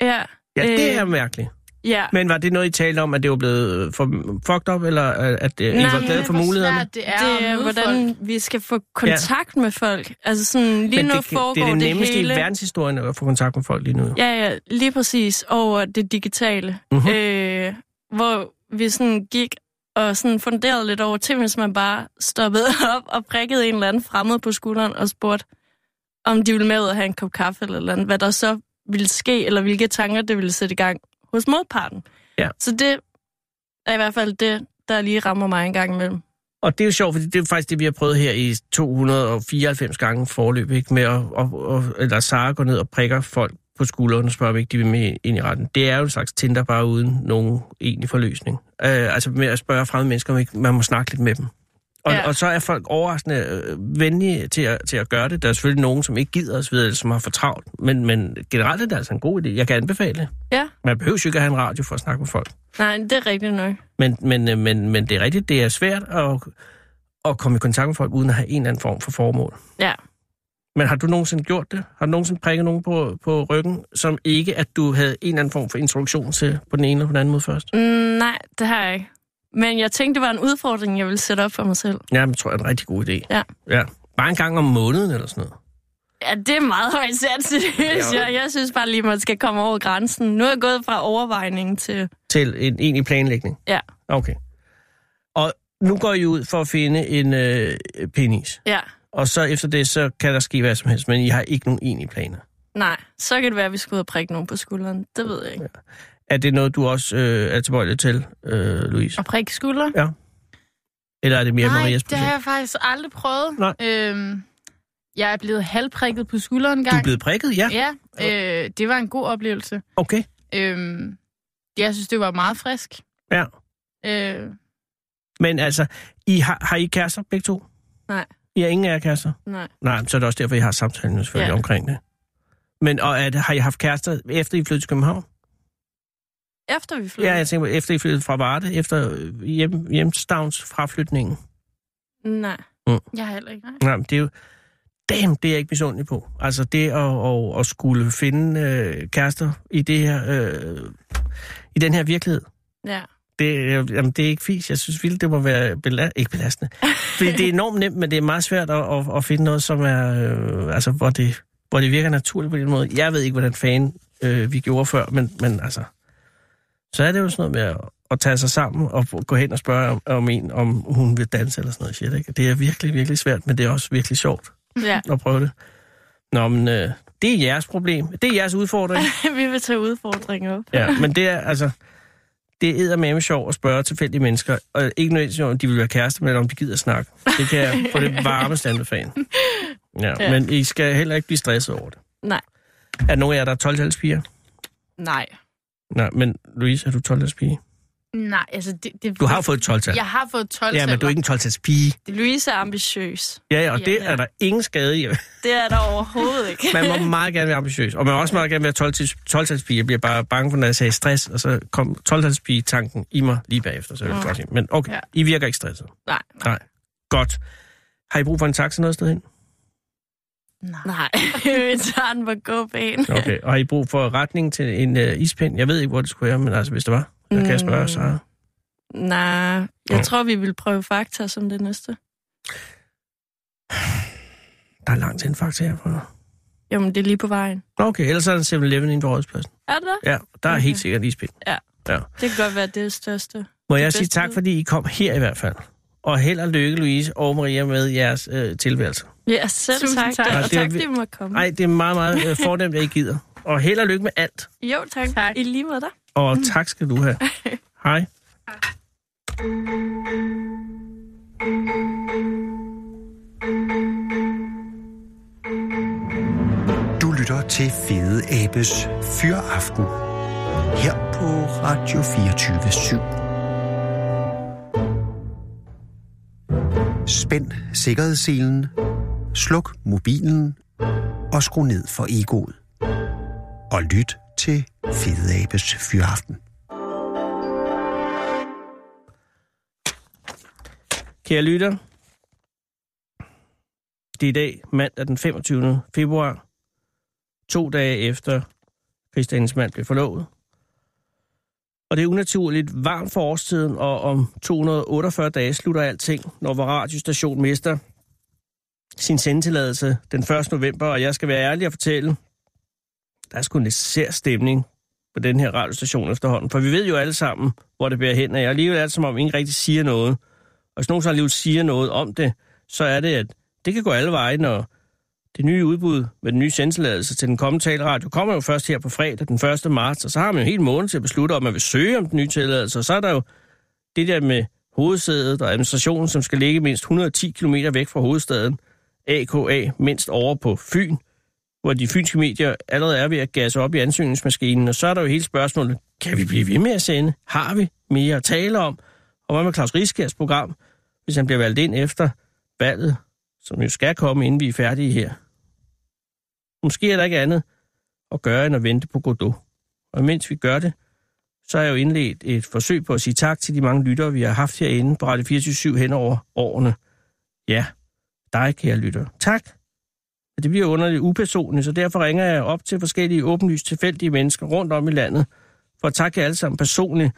Speaker 9: Ja,
Speaker 4: ja det er
Speaker 9: Øh,
Speaker 4: mærkeligt.
Speaker 9: ja.
Speaker 4: Men var det noget, I talte om, at det var blevet øh, for fucked up, eller øh, at øh, I
Speaker 9: Nej,
Speaker 4: var glade
Speaker 9: men
Speaker 4: for
Speaker 10: hvor
Speaker 4: mulighederne?
Speaker 10: svært det er,
Speaker 9: det
Speaker 10: at
Speaker 9: er,
Speaker 10: møde
Speaker 9: hvordan
Speaker 10: folk.
Speaker 9: vi skal få kontakt ja. med folk. Altså sådan, lige
Speaker 4: men
Speaker 9: nu
Speaker 4: det, kan-
Speaker 9: foregår
Speaker 4: det er det nemmeste
Speaker 9: hele.
Speaker 4: i verdenshistorien at få kontakt med folk lige nu.
Speaker 9: Ja, ja, lige præcis over det digitale.
Speaker 4: Mhm.
Speaker 9: Uh-huh. Øh, hvor vi sådan gik og sådan funderede lidt over ting, hvis man bare stoppede op og prikkede en eller anden fremmed på skulderen og spurgte, om de ville med ud og have en kop kaffe eller noget, andet, hvad der så ville ske, eller hvilke tanker det ville sætte i gang hos modparten.
Speaker 4: Ja.
Speaker 9: Så det er i hvert fald det, der lige rammer mig en gang imellem.
Speaker 4: Og det er jo sjovt, fordi det er faktisk det, vi har prøvet her i 294 gange forløb, ikke? med at, at, at eller Sara går ned og prikker folk på skulderen og spørger, om ikke de vil med ind i retten. Det er jo en slags Tinder bare uden nogen egentlig forløsning. Øh, altså med at spørge fremmede mennesker, om ikke man må snakke lidt med dem. Og,
Speaker 10: Ja.
Speaker 4: ja. og så er folk overraskende øh, venlige til at, til at gøre det. Der er selvfølgelig nogen, som ikke gider osv., eller som har for travlt. Men, men generelt er det altså en god idé. Jeg kan anbefale det.
Speaker 9: Ja.
Speaker 4: Man behøver jo ikke at have en radio for at snakke med folk.
Speaker 9: Nej, det er rigtigt nok.
Speaker 4: Men, men, øh, men, men det er rigtigt, det er svært at, at komme i kontakt med folk, uden at have en eller anden form for formål.
Speaker 9: Ja.
Speaker 4: Men har du nogensinde gjort det? Har du nogensinde prikket nogen på, på ryggen, som ikke, at du havde en eller anden form for introduktion til på den ene eller på den anden måde først?
Speaker 9: Mm, nej, det har jeg ikke. Men jeg tænkte, det var en udfordring, jeg ville sætte op for mig selv.
Speaker 4: Ja, men tror jeg er en rigtig god idé.
Speaker 9: Ja.
Speaker 4: ja. Bare en gang om måneden eller sådan noget.
Speaker 9: Ja, det er meget højt sat, synes
Speaker 4: Ja.
Speaker 9: jeg. Jeg synes bare lige, man skal komme over grænsen. Nu er jeg gået fra overvejningen til...
Speaker 4: Til en egentlig planlægning?
Speaker 9: Ja.
Speaker 4: Okay. Og nu går I ud for at finde en øh, penis.
Speaker 9: Ja,
Speaker 4: Og så efter det, så kan der ske hvad som helst, men I har ikke nogen egentlige planer.
Speaker 9: nej. Så kan det være, at vi skulle ud og prikke nogen på skulderen. Det ved jeg ikke.
Speaker 4: Er det noget, du også øh, er tilbøjelig til, øh, Louise?
Speaker 10: Og prikke skulder?
Speaker 4: Eller er det mere
Speaker 10: Nej,
Speaker 4: Marias
Speaker 10: det
Speaker 4: projekt?
Speaker 10: har jeg faktisk aldrig prøvet.
Speaker 4: Nej.
Speaker 10: Øhm, jeg er blevet halvprikket på skulderen en
Speaker 4: Du
Speaker 10: gang.
Speaker 4: er blevet prikket, ja?
Speaker 10: Ja, øh, det var en god oplevelse.
Speaker 4: Okay.
Speaker 10: Øhm, jeg synes, det var meget frisk.
Speaker 4: Ja.
Speaker 10: Øh,
Speaker 4: Men altså, I har, har I kærester begge to?
Speaker 9: Nej.
Speaker 4: I har ingen af jer kærester?
Speaker 9: Nej.
Speaker 4: Nej, så er det også derfor, I har samtalen selvfølgelig ja.
Speaker 9: Ja.
Speaker 4: omkring det. Men og er det, har I haft kærester, efter I flyttede til København?
Speaker 9: Efter vi flytter?
Speaker 4: Ja, jeg tænker, på, efter I flyttede fra Varde, efter øh, hjem, hjemstavns fraflytningen.
Speaker 9: Nej.
Speaker 4: Mm.
Speaker 10: jeg har heller ikke. Nej.
Speaker 4: Nej, men det er jo... Damn, det er jeg ikke misundelig på. Altså det at, at, at skulle finde øh, kærester i det her, øh, i den her virkelighed.
Speaker 9: Ja.
Speaker 4: Det, øh, jamen, det er ikke fisk. Jeg synes vildt, det må være bela- ikke belastende. Fordi det er enormt nemt, men det er meget svært at, at, at finde noget, som er, øh, altså, hvor, det, hvor det virker naturligt på den måde. Jeg ved ikke, hvordan fanden øh, vi gjorde før, men, men altså... Så er det jo sådan noget med at, at tage sig sammen og gå hen og spørge om, om en, om hun vil danse eller sådan noget shit. Ikke? Det er virkelig, virkelig svært, men det er også virkelig sjovt
Speaker 9: Ja,
Speaker 4: at prøve det. Nå, men øh, det er jeres problem. Det er jeres udfordring.
Speaker 9: vi vil tage udfordringer op.
Speaker 4: Ja, men det er altså... Det er med sjov at spørge tilfældige mennesker, og ikke nødvendigvis om de vil være kærester, men om de gider snakke. Det kan jeg på det varmeste anbefale. Ja, ja,
Speaker 9: Ja.
Speaker 4: men I skal heller ikke blive stresset over det.
Speaker 9: Nej.
Speaker 4: Er der nogen af jer, der er 12 piger?
Speaker 10: Nej,
Speaker 4: Nej, men Louise, er du 12 pige?
Speaker 10: Nej altså det... det
Speaker 4: Du har fået 12 -tal.
Speaker 10: Jeg har fået 12
Speaker 4: Ja, men du er ikke en 12 pige.
Speaker 9: Louise er ambitiøs.
Speaker 4: Ja, ja, og det
Speaker 10: Ja, ja.
Speaker 4: er der ingen skade i.
Speaker 9: Det er der overhovedet ikke.
Speaker 4: Man må meget gerne være ambitiøs, og man må også meget gerne være 12 12-tals pige. Jeg bliver bare bange for, når jeg sagde stress, og så kom 12-tals pige-tanken i mig lige bagefter. Så jeg
Speaker 9: Mm.
Speaker 4: godt sige. Men okay,
Speaker 10: Ja.
Speaker 4: I virker ikke stresset.
Speaker 9: Nej,
Speaker 4: Nej. Godt. Har I brug for en taxa noget sted hen?
Speaker 10: Nej.
Speaker 9: nej. vi tager den på gåbanen.
Speaker 4: Okay. Og har I brug for retning til en øh, ispind? Jeg ved ikke, hvor det skulle være, men altså, hvis det var, så kan jeg spørge
Speaker 9: Mm.
Speaker 4: Sara.
Speaker 9: Nej, jeg
Speaker 4: Mm.
Speaker 9: tror, vi vil prøve fakta som det næste.
Speaker 4: Der er langt til en fakta herfra.
Speaker 9: Jamen, det er lige på vejen.
Speaker 4: Okay, ellers er der en 7-Eleven inde på Rådspladsen.
Speaker 9: Er det?
Speaker 4: Ja, der er
Speaker 9: Okay.
Speaker 4: helt sikkert en ispind.
Speaker 9: Det kan godt være det største.
Speaker 4: Må
Speaker 9: Det
Speaker 4: jeg
Speaker 9: er
Speaker 4: sige
Speaker 9: bedst
Speaker 4: tak,
Speaker 9: ud.
Speaker 4: fordi I kom her i hvert fald. Og held og lykke, Louise og Maria, med jeres øh, tilværelse.
Speaker 9: Ja, selv
Speaker 10: Tusind
Speaker 9: tak.
Speaker 10: tak.
Speaker 9: tak.
Speaker 4: Ja,
Speaker 9: Og
Speaker 4: det er
Speaker 9: tak,
Speaker 4: vi-
Speaker 9: fordi vi måtte komme.
Speaker 4: Nej, det er meget, meget øh, fornemt, at I gider. Og held og lykke med alt.
Speaker 9: Jo, tak.
Speaker 10: Tak.
Speaker 9: I lige måde dig.
Speaker 4: Og tak skal du have. Hej.
Speaker 1: Du lytter til Fede Abes Fyraften her på Radio 24 7. Spænd sikkerhedsselen, sluk mobilen og skru ned for egoet. Og lyt til Fede Abes Fyraften.
Speaker 4: Kære lytter, det er i dag mandag den 25. februar, to dage efter Christians mand blev forlovet. Og det er unaturligt varmt for årstiden, og om 248 dage slutter alting, når vores radiostation mister sin sendetilladelse den 1. november, og jeg skal være ærlig og fortælle, der er sgu en lidt sær stemning på den her radiostation efterhånden, for vi ved jo alle sammen, hvor det bærer hen, og jeg alligevel er det, som om ingen rigtig siger noget. Og hvis nogen så alligevel siger noget om det, så er det, at det kan gå alle veje, når det nye udbud med den nye sendtilladelse til den kommende taleradio kommer jo først her på fredag den 1. marts, og så har man jo en hel måned til at beslutte, om man vil søge om den nye tilladelse, og så er der jo det der med hovedsædet og administrationen, som skal ligge mindst 110 km væk fra hovedstaden, AKA mindst over på Fyn. hvor de fynske medier allerede er ved at gasse op i ansøgningsmaskinen, og så er der jo hele spørgsmålet, kan vi blive ved med at sende? Har vi mere at tale om? Og hvad med Claus Rieskærs program, hvis han bliver valgt ind efter valget, som jo skal komme, inden vi er færdige her? Måske er der ikke andet at gøre, end at vente på Godot. Og mens vi gør det, så har jeg jo indledt et forsøg på at sige tak til de mange lyttere, vi har haft herinde på Radio 24 hen over årene. Ja, dig, kære lytter. Tak. Men det bliver underligt upersonligt, så derfor ringer jeg op til forskellige åbenlyst tilfældige mennesker rundt om i landet, for at takke jer alle sammen personligt.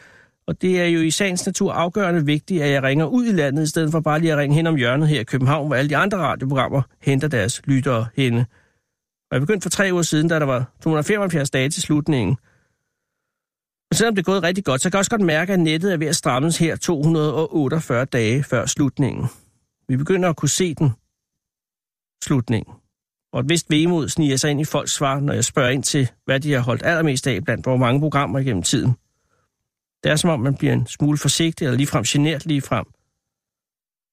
Speaker 4: Og det er jo i sagens natur afgørende vigtigt, at jeg ringer ud i landet, i stedet for bare lige at ringe hen om hjørnet her i København, hvor alle de andre radioprogrammer henter deres lyttere henne. Og jeg begyndte for tre uger siden, da der var 275 dage til slutningen. Og selvom det er gået rigtig godt, så kan jeg også godt mærke, at nettet er ved at strammes her 248 dage før slutningen. Vi begynder at kunne se den slutningen. Og et vist vemod sniger sig ind i folks svar, når jeg spørger ind til, hvad de har holdt allermest af blandt hvor mange programmer igennem tiden. Det er som om, man bliver en smule forsigtig eller ligefrem genert ligefrem.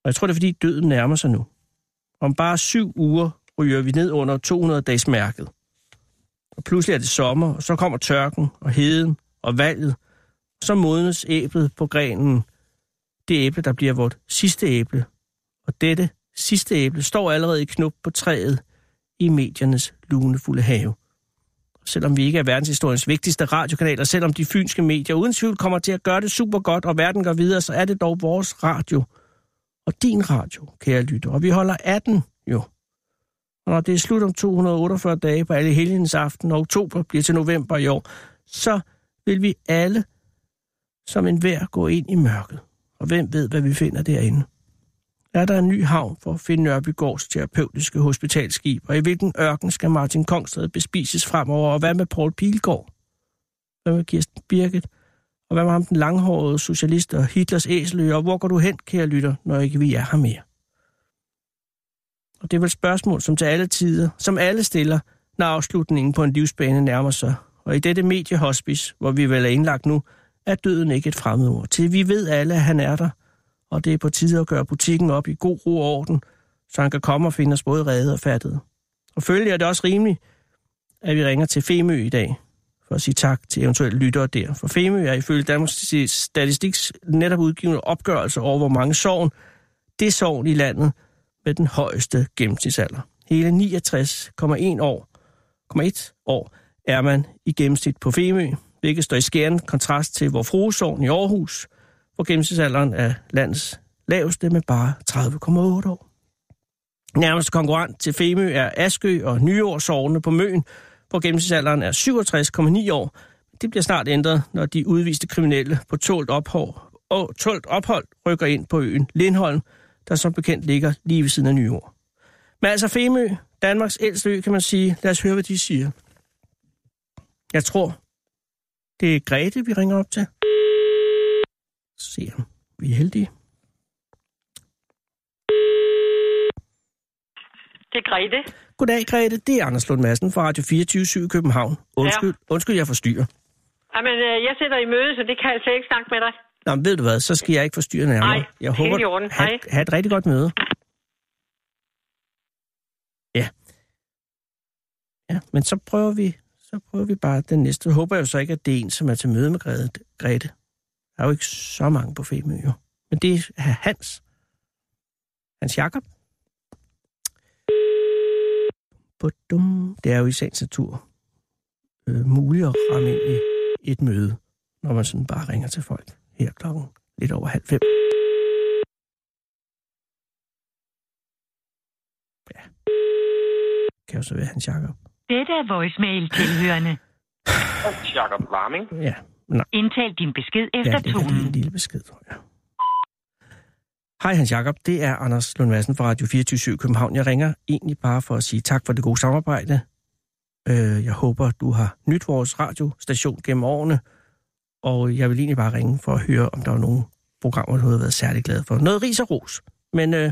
Speaker 4: Og jeg tror, det er fordi døden nærmer sig nu. Om bare syv uger ryger vi ned under 200-dages mærket. Og pludselig er det sommer, og så kommer tørken og heden og valget. Og så modnes æblet på grenen. Det æble, der bliver vort sidste æble. Og dette sidste æble står allerede i knop på træet i mediernes lunefulde have. Selvom vi ikke er verdenshistoriens vigtigste radiokanal, og selvom de fynske medier uden tvivl kommer til at gøre det super godt, og verden går videre, så er det dog vores radio. Og din radio, kære lytter. Og vi holder 18 jo. Og når det er slut om 248 dage på alle helgens aften, og oktober bliver til november i år, så vil vi alle som en hver gå ind i mørket. Og hvem ved, hvad vi finder derinde? Er der en ny havn for Finn Nørbygårds terapeutiske hospitalskib, og i hvilken ørken skal Martin Kongstad bespises fremover, og hvad med Paul Pilgaard? Hvad med Kirsten Birgit? Og hvad med ham den langhårede socialist og Hitlers æselø, og hvor går du hen, kære lytter, når ikke vi er her mere? Og det er vel spørgsmål, som til alle tider, som alle stiller, når afslutningen på en livsbane nærmer sig. Og i dette mediehospice, hvor vi vel er indlagt nu, er døden ikke et fremmedord. Til vi ved alle, at han er der, og det er på tide at gøre butikken op i god ro og orden, så han kan komme og finde os både reddet og fattet. Og følge er det også rimeligt, at vi ringer til Femø i dag, for at sige tak til eventuelle lyttere der. For Femø er ifølge Danmarks Statistiks netop udgivende opgørelse over, hvor mange sovn, det sovn i landet, med den højeste gennemsnitsalder. Hele 69,1 år, 1 år er man i gennemsnit på Femø, hvilket står i skærende kontrast til vor fruesovn i Aarhus, hvor gennemsnitsalderen er landets laveste med bare 30,8 år. Nærmest konkurrent til Femø er Askø og Nyårsovne på Møn, hvor gennemsnitsalderen er 67,9 år. Det bliver snart ændret, når de udviste kriminelle på tålt ophold, og tålt ophold rykker ind på øen Lindholm, der som bekendt ligger lige ved siden af Nyord. Men altså Femø, Danmarks ældste ø, kan man sige. Lad os høre, hvad de siger. Jeg tror, det er Grete, vi ringer op til. Se om vi er heldige.
Speaker 11: Det er Grete.
Speaker 4: Goddag, Grete. Det er Anders Lund Madsen fra Radio 24 i København. Undskyld, ja. undskyld, jeg forstyrrer.
Speaker 11: Jamen, øh, jeg sidder i møde, så det kan jeg slet ikke snakke med dig.
Speaker 4: Nå, men ved du hvad, så skal jeg ikke forstyrre nærmere.
Speaker 11: Nej,
Speaker 4: jeg håber,
Speaker 11: helt i orden.
Speaker 4: Ha,
Speaker 11: Hej.
Speaker 4: ha et rigtig godt møde. Ja. Ja, men så prøver vi, så prøver vi bare den næste. Håber jeg jo så ikke, at det er en, som er til møde med Grete. Grete. Der er jo ikke så mange på Femø, jo. Men det er Hans. Hans Jakob. Badum. Det er jo i sagens natur øh, muligt at ramme ind i et møde, når man sådan bare ringer til folk her klokken lidt over halv fem. Ja. Kan jo så være Hans Jakob.
Speaker 12: Dette er voicemail tilhørende.
Speaker 13: Jakob Warming.
Speaker 4: Ja. Nej.
Speaker 12: Indtal din besked efter
Speaker 4: ja, det er
Speaker 12: tonen.
Speaker 4: lige en lille besked, tror jeg. Hej Hans Jakob, det er Anders Lund Madsen fra Radio 24 København. Jeg ringer egentlig bare for at sige tak for det gode samarbejde. Øh, jeg håber, du har nyt vores radiostation gennem årene, og jeg vil egentlig bare ringe for at høre, om der var nogle programmer, du havde været særlig glad for. Noget ris og ros, men øh,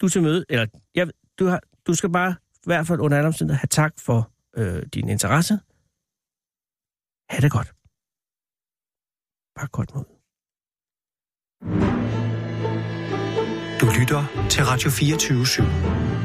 Speaker 4: du er til møde, eller jeg, du, har, du skal bare i hvert fald under alle omstændigheder have tak for øh, din interesse. Ha' det godt. Bare godt mod.
Speaker 1: Du lytter til Radio 24 /7.